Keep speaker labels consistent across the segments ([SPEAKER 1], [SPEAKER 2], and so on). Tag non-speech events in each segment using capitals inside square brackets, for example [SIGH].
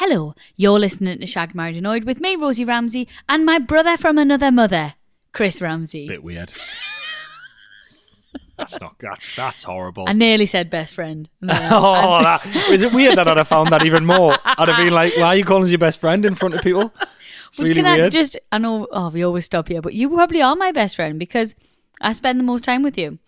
[SPEAKER 1] Hello, you're listening to Shag Married Annoyed with me, Rosie Ramsey, and my brother from another mother, Chris Ramsey.
[SPEAKER 2] bit weird. [LAUGHS] that's not that's that's horrible. [LAUGHS]
[SPEAKER 1] I nearly said best friend. And then I-
[SPEAKER 2] oh, that, is it weird that I'd have found that even more? I'd have been like, "Why are you calling us your best friend in front of people?" It's
[SPEAKER 1] But
[SPEAKER 2] really
[SPEAKER 1] can I
[SPEAKER 2] weird.
[SPEAKER 1] just? I know. Oh, we always stop here, but you probably are my best friend because I spend the most time with you.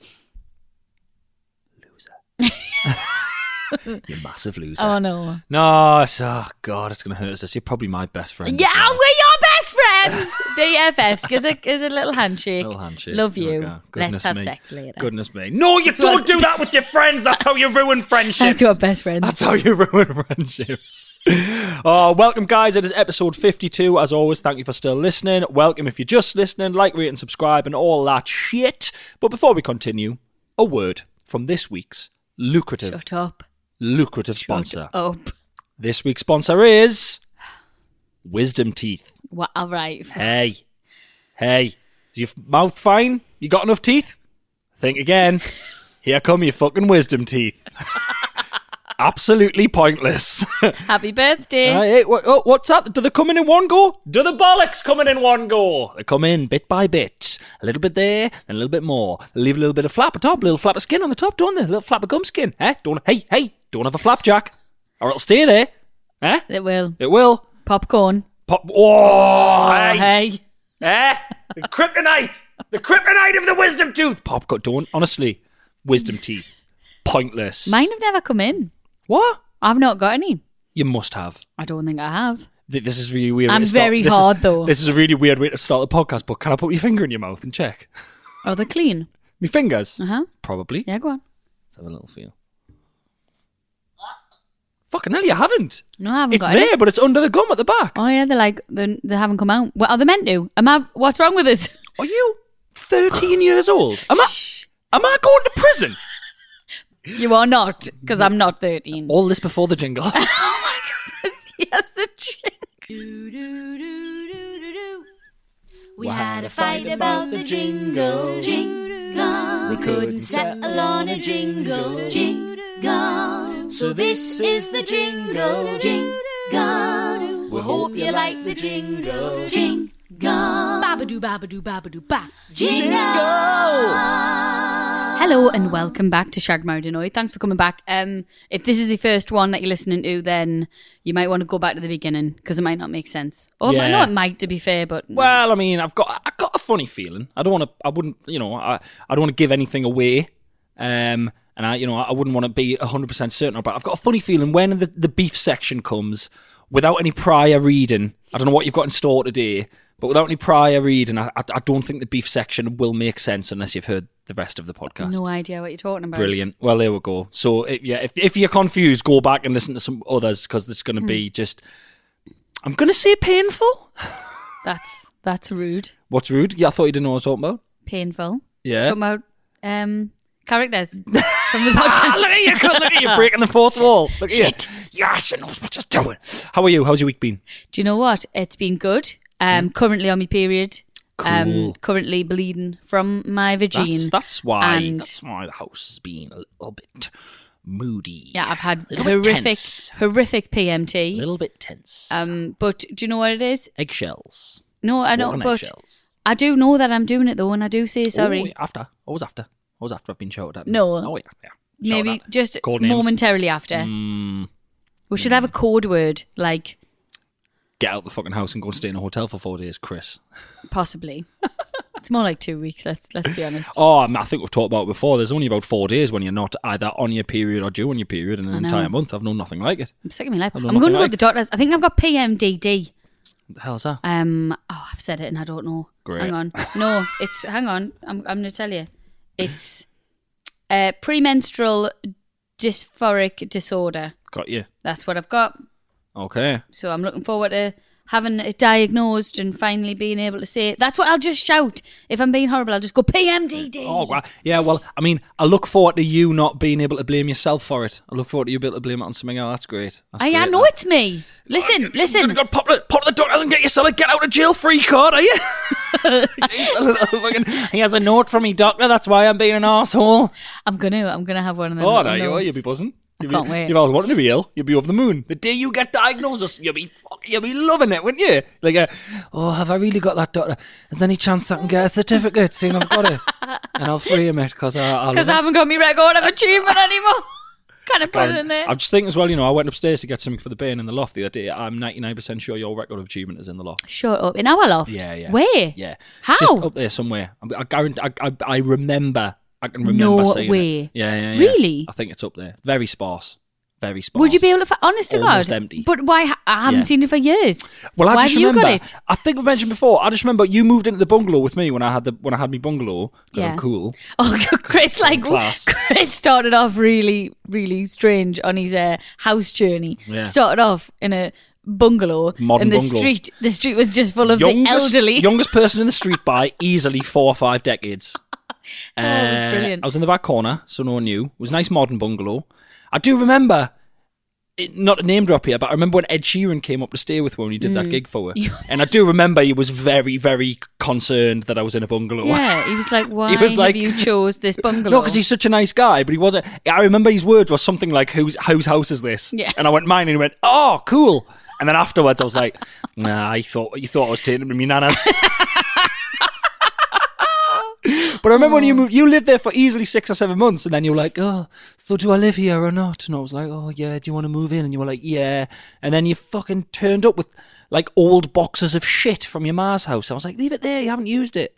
[SPEAKER 2] You massive loser.
[SPEAKER 1] Oh no.
[SPEAKER 2] no, it's, oh god, it's gonna hurt us. You're probably my best friend. as
[SPEAKER 1] Yeah,
[SPEAKER 2] well.
[SPEAKER 1] we're your best friends. [LAUGHS] BFFs. Gives a gives a little handshake.
[SPEAKER 2] Little handshake.
[SPEAKER 1] Love
[SPEAKER 2] There we
[SPEAKER 1] you.
[SPEAKER 2] go.
[SPEAKER 1] Let's
[SPEAKER 2] Goodness
[SPEAKER 1] have
[SPEAKER 2] me.
[SPEAKER 1] sex later.
[SPEAKER 2] Goodness me. No, you
[SPEAKER 1] what I
[SPEAKER 2] don't do that with your friends. That's how you ruin friendships.
[SPEAKER 1] [LAUGHS] That's what best friends.
[SPEAKER 2] That's how you [LAUGHS] ruin friendships. Oh, welcome, guys. It is episode 52. As always, thank you for still listening. Welcome if you're just listening. Like, rate, and subscribe, and all that shit. But before we continue, a word from this week's lucrative,
[SPEAKER 1] Shut up.
[SPEAKER 2] lucrative sponsor.
[SPEAKER 1] Up.
[SPEAKER 2] This week's sponsor is Wisdom Teeth.
[SPEAKER 1] Well,
[SPEAKER 2] [LAUGHS]
[SPEAKER 1] all right. f-
[SPEAKER 2] Hey, hey, is your mouth fine? You got enough teeth? Think
[SPEAKER 1] [LAUGHS]
[SPEAKER 2] again. Here come your fucking wisdom teeth. Absolutely pointless. [LAUGHS]
[SPEAKER 1] Happy birthday.
[SPEAKER 2] Right, hey, what, oh, what's that? Do they come in in one go? Do the bollocks come in in one go? They come in bit by bit. A little bit there, then a little bit more. They leave a little bit of flap atop, a little flap of skin on the top, don't they? A little flap of gum skin. Eh? Don't, hey, hey, don't have a flapjack or it'll stay there. Eh?
[SPEAKER 1] It will.
[SPEAKER 2] It will.
[SPEAKER 1] Popcorn.
[SPEAKER 2] Pop. Oh,
[SPEAKER 1] Oh,
[SPEAKER 2] hey.
[SPEAKER 1] hey.
[SPEAKER 2] Eh? The kryptonite! The kryptonite of the wisdom tooth! Popcorn, don't, honestly. Wisdom teeth. Pointless.
[SPEAKER 1] Mine have never come in.
[SPEAKER 2] What?
[SPEAKER 1] I've not got any.
[SPEAKER 2] You must have.
[SPEAKER 1] I don't think I have.
[SPEAKER 2] Th- This is really weird. way
[SPEAKER 1] I'm
[SPEAKER 2] to start-
[SPEAKER 1] very
[SPEAKER 2] this is-
[SPEAKER 1] hard, though.
[SPEAKER 2] This is a really weird way to start the podcast, but can I put your finger in your mouth and check? [LAUGHS]
[SPEAKER 1] Oh, they're clean.
[SPEAKER 2] My fingers?
[SPEAKER 1] Uh huh.
[SPEAKER 2] Probably.
[SPEAKER 1] Yeah, go on.
[SPEAKER 2] Let's have a little feel. Fucking hell, you haven't.
[SPEAKER 1] No, I haven't
[SPEAKER 2] It's
[SPEAKER 1] got
[SPEAKER 2] there,
[SPEAKER 1] any.
[SPEAKER 2] but it's under the gum at the back.
[SPEAKER 1] Oh yeah, they're like they, they haven't come out. What are they meant to? Am I? What's wrong with us? [LAUGHS]
[SPEAKER 2] Are you 13 years old? Am I, am I going to prison?
[SPEAKER 1] You are not, because I'm not thirteen.
[SPEAKER 2] All this before the jingle.
[SPEAKER 1] [LAUGHS] yes, the chick.
[SPEAKER 3] We had a fight about the jingle, jingle. We couldn't settle on a jingle, jingle. So this is the jingle, jingle. We hope you like the jingle, jingle.
[SPEAKER 1] Babadoo, babadoo, babadoo, ba.
[SPEAKER 3] Jingle!
[SPEAKER 1] Hello and welcome back to Shag Married Annoyed. Thanks for coming back. Um, if this is the first one that you're listening to, then you might want to go back to the beginning because it might not make sense. Or I
[SPEAKER 2] Yeah.
[SPEAKER 1] know it might, to be fair, but
[SPEAKER 2] Well, I mean, I've got I got a funny feeling. I don't want to. I wouldn't. You know, I I don't want to give anything away. Um, and I, you know, I wouldn't want to be hundred percent certain about. it. I've got a funny feeling when the the beef section comes without any prior reading. I don't know what you've got in store today, but without any prior reading, I I, I don't think the beef section will make sense unless you've heard the rest of the podcast.
[SPEAKER 1] no idea what you're talking about.
[SPEAKER 2] Brilliant. Well, there we go. So, if, yeah, if, if you're confused, go back and listen to some others because it's going to be just, I'm going to say painful.
[SPEAKER 1] That's that's rude.
[SPEAKER 2] What's rude? Yeah, I thought you didn't know what I was talking about.
[SPEAKER 1] Painful.
[SPEAKER 2] Yeah.
[SPEAKER 1] Talking about um,
[SPEAKER 2] [LAUGHS]
[SPEAKER 1] characters from the podcast.
[SPEAKER 2] look at [LAUGHS] you, look at you, breaking the fourth wall. Look at you. Yeah, she knows what she's doing. How are you? How's your week been?
[SPEAKER 1] Do you know what? It's been good. Um, currently on my period. Um,
[SPEAKER 2] Mm. Cool.
[SPEAKER 1] currently bleeding from my vagina.
[SPEAKER 2] That's, that's why.
[SPEAKER 1] And-
[SPEAKER 2] that's why the house has been a little bit moody.
[SPEAKER 1] yeah, I've had
[SPEAKER 2] A little bit
[SPEAKER 1] horrific,
[SPEAKER 2] tense.
[SPEAKER 1] horrific
[SPEAKER 2] a
[SPEAKER 1] PMT.
[SPEAKER 2] little bit tense.
[SPEAKER 1] Um, but do you know what it is?
[SPEAKER 2] eggshells.
[SPEAKER 1] No, I
[SPEAKER 2] Walking
[SPEAKER 1] don't. But
[SPEAKER 2] eggshells.
[SPEAKER 1] I do know that I'm doing it though, and I do say sorry.
[SPEAKER 2] Oh, after, always after. It was after I've been shouted at.
[SPEAKER 1] No.
[SPEAKER 2] Oh, yeah. yeah. Shouted
[SPEAKER 1] Maybe
[SPEAKER 2] at.
[SPEAKER 1] just
[SPEAKER 2] Code names. Mm,
[SPEAKER 1] momentarily after. We should have a code word, like
[SPEAKER 2] Get out of the fucking house and go and stay in a hotel for four days, Chris. [LAUGHS]
[SPEAKER 1] possibly. it's more like two weeks. Let's let's be honest.
[SPEAKER 2] Oh, I, mean, I think we've talked about it before. There's only about four days when you're not either on your period or due on your period in an
[SPEAKER 1] know.
[SPEAKER 2] entire month. I've known nothing like it.
[SPEAKER 1] I'm sick of my life.
[SPEAKER 2] I know
[SPEAKER 1] I'm going
[SPEAKER 2] nothing
[SPEAKER 1] to go
[SPEAKER 2] like-
[SPEAKER 1] to the doctors. I think I've got PMDD.
[SPEAKER 2] What the hell's that?
[SPEAKER 1] Um. Oh, I've said it and I don't know.
[SPEAKER 2] Great.
[SPEAKER 1] Hang on. No, it's hang on. I'm I'm going to tell you. It's uh, premenstrual dysphoric disorder.
[SPEAKER 2] Got you.
[SPEAKER 1] That's what I've got.
[SPEAKER 2] Okay.
[SPEAKER 1] So I'm looking forward to having it diagnosed and finally being able to say it. That's what I'll just shout. If I'm being horrible, I'll just go PMDD.
[SPEAKER 2] Oh, wow. Yeah, well, I mean, I look forward to you not being able to blame yourself for it. I look forward to you being able to blame it on something. Oh, that's great. That's
[SPEAKER 1] I, I
[SPEAKER 2] great,
[SPEAKER 1] know
[SPEAKER 2] man.
[SPEAKER 1] it's me. Listen, listen.
[SPEAKER 2] Good God, pop, the- pop the doctors and get yourself a get out of jail free card,
[SPEAKER 1] [LAUGHS]
[SPEAKER 2] are you? he has a note from me, doctor. That's why I'm being an asshole.
[SPEAKER 1] I'm gonna, I'm gonna have one of them.
[SPEAKER 2] Oh,
[SPEAKER 1] little
[SPEAKER 2] there you are.
[SPEAKER 1] notes.
[SPEAKER 2] You'll be buzzing. You'll
[SPEAKER 1] can't
[SPEAKER 2] be,
[SPEAKER 1] wait.
[SPEAKER 2] You've
[SPEAKER 1] [LAUGHS]
[SPEAKER 2] always wanted to be ill. You'll be over the moon. The day you get diagnosed, you'll be fuck- you'll be loving it, wouldn't you? Like, uh, oh, have I really got that doctor? Is there any chance I can get a certificate saying I've got
[SPEAKER 1] [LAUGHS]
[SPEAKER 2] it? and I'll free him it because I, I love
[SPEAKER 1] because I
[SPEAKER 2] it.
[SPEAKER 1] haven't got my record of achievement anymore. [LAUGHS] Kind of put it in there.
[SPEAKER 2] I'm just thinking as well, you know, I went upstairs to get something for the bin in the loft the other day. I'm 99% sure your record of achievement is in the loft.
[SPEAKER 1] Shut up. In our loft.
[SPEAKER 2] Yeah, yeah.
[SPEAKER 1] Where?
[SPEAKER 2] Yeah.
[SPEAKER 1] How?
[SPEAKER 2] It's just up there somewhere. I, I guarantee. I, I, I remember. I can remember
[SPEAKER 1] No
[SPEAKER 2] seeing
[SPEAKER 1] way.
[SPEAKER 2] it. Yeah, yeah, yeah.
[SPEAKER 1] Really?
[SPEAKER 2] I think it's up there. Very sparse. Very sparse.
[SPEAKER 1] Would you be able to? Fi- Honest to
[SPEAKER 2] Almost
[SPEAKER 1] God,
[SPEAKER 2] empty.
[SPEAKER 1] but why? ha- I haven't
[SPEAKER 2] Yeah.
[SPEAKER 1] seen it for years.
[SPEAKER 2] Well, I
[SPEAKER 1] why
[SPEAKER 2] just
[SPEAKER 1] have
[SPEAKER 2] remember.
[SPEAKER 1] you got it? [LAUGHS]
[SPEAKER 2] I think we mentioned before. I just remember you moved into the bungalow with me when I had the when I had my bungalow because
[SPEAKER 1] Yeah.
[SPEAKER 2] I'm cool.
[SPEAKER 1] Oh, Chris, like
[SPEAKER 2] class.
[SPEAKER 1] [LAUGHS] Chris started off really, really strange on his uh, house journey.
[SPEAKER 2] Yeah.
[SPEAKER 1] Started off in a bungalow,
[SPEAKER 2] Modern
[SPEAKER 1] and the
[SPEAKER 2] bungalow.
[SPEAKER 1] street, the street was just full of the elderly.
[SPEAKER 2] youngest person in the street by easily four or five decades.
[SPEAKER 1] [LAUGHS] oh, it was
[SPEAKER 2] Uh,
[SPEAKER 1] brilliant.
[SPEAKER 2] I was in the back corner, so no one knew. It was a nice modern bungalow. I do remember, it, not a name drop here, but I remember when Ed Sheeran came up to stay with her when he did that
[SPEAKER 1] Mm.
[SPEAKER 2] gig
[SPEAKER 1] [LAUGHS]
[SPEAKER 2] for her. and I do remember he was very, very concerned that I was in a bungalow.
[SPEAKER 1] yeah, he
[SPEAKER 2] [LAUGHS]
[SPEAKER 1] was like, "Why
[SPEAKER 2] was like-
[SPEAKER 1] have you chose this
[SPEAKER 2] [LAUGHS]
[SPEAKER 1] bungalow?"
[SPEAKER 2] No, because he's such a nice guy, but he wasn't. I remember his words were something like, "Whose whose house is this?"
[SPEAKER 1] Yeah.
[SPEAKER 2] and I went mine, and he went, "Oh, cool." And then afterwards, I was like, [LAUGHS] "Nah, you thought you thought I was taking it from your
[SPEAKER 1] [LAUGHS]
[SPEAKER 2] nanas." but I remember when you moved, you lived there for easily six or seven months, and then you were like, "Oh, so do I live here or not?" And I was like, "Oh yeah, do you want to move in?" And you were like, "Yeah," and then you fucking turned up with like old boxes of shit from your ma's house. I was like, "Leave it there, you haven't used it."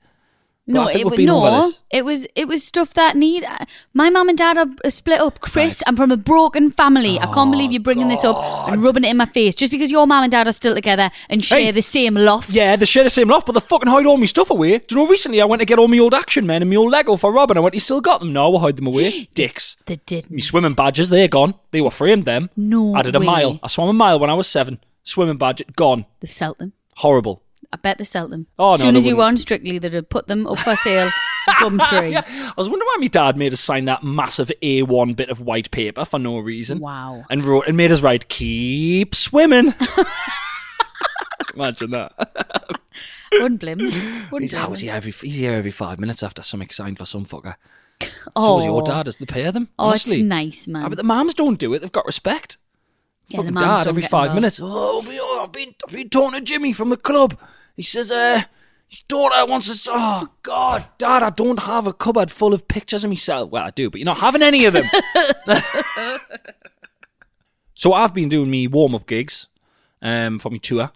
[SPEAKER 2] But I
[SPEAKER 1] No,
[SPEAKER 2] think
[SPEAKER 1] it
[SPEAKER 2] we've
[SPEAKER 1] was
[SPEAKER 2] been over
[SPEAKER 1] no.
[SPEAKER 2] this.
[SPEAKER 1] It was it was stuff that need. uh, My mum and dad are are split up. Chris, I'm from a broken family. I can't
[SPEAKER 2] Oh,
[SPEAKER 1] believe you're bringing this up and rubbing it in my face just because your mum and dad are still together and share
[SPEAKER 2] Hey.
[SPEAKER 1] the same loft.
[SPEAKER 2] Yeah, they share the same loft, but they fucking hide all my stuff away. Do you know, recently I went to get all my old Action Men and my old Lego for Robin. I went, you still got them? No, we'll hide them
[SPEAKER 1] [GASPS]
[SPEAKER 2] away. Dicks.
[SPEAKER 1] they didn't.
[SPEAKER 2] My swimming badges, they're gone. They were framed, them.
[SPEAKER 1] No
[SPEAKER 2] I did a
[SPEAKER 1] way.
[SPEAKER 2] mile. I swam a mile when I was seven. Swimming badge, gone.
[SPEAKER 1] They've sold them.
[SPEAKER 2] Horrible.
[SPEAKER 1] I bet they sell them.
[SPEAKER 2] Oh,
[SPEAKER 1] as
[SPEAKER 2] no,
[SPEAKER 1] soon
[SPEAKER 2] they
[SPEAKER 1] as you
[SPEAKER 2] wouldn't.
[SPEAKER 1] on Strictly, they'd have put them up
[SPEAKER 2] [LAUGHS]
[SPEAKER 1] for sale. Gumtree.
[SPEAKER 2] Yeah, I was wondering why my dad made us sign that massive A1 bit of white paper for no reason.
[SPEAKER 1] Wow.
[SPEAKER 2] And wrote and made us write, keep
[SPEAKER 1] [LAUGHS]
[SPEAKER 2] swimming. Imagine that.
[SPEAKER 1] Wouldn't blame them. Wouldn't
[SPEAKER 2] He's,
[SPEAKER 1] blame
[SPEAKER 2] oh, he's
[SPEAKER 1] them.
[SPEAKER 2] here every, he's here every five minutes after something signed for some fucker. So
[SPEAKER 1] Oh.
[SPEAKER 2] was your dad, is the pair of them.
[SPEAKER 1] Oh, it's
[SPEAKER 2] honestly.
[SPEAKER 1] nice, man.
[SPEAKER 2] Ah, but the moms don't do it. They've got respect.
[SPEAKER 1] Yeah, the
[SPEAKER 2] Fucking
[SPEAKER 1] mums
[SPEAKER 2] dad
[SPEAKER 1] don't
[SPEAKER 2] every
[SPEAKER 1] get
[SPEAKER 2] five
[SPEAKER 1] involved.
[SPEAKER 2] minutes. Oh, I've been, oh, I've been, I've been talking to Jimmy from the club. He says, uh, his daughter wants us. Oh God, Dad, I don't have a cupboard full of pictures of myself. Well, I do, but you're not having any
[SPEAKER 1] [LAUGHS]
[SPEAKER 2] of them. [LAUGHS] so I've been doing me warm up gigs um, for me tour.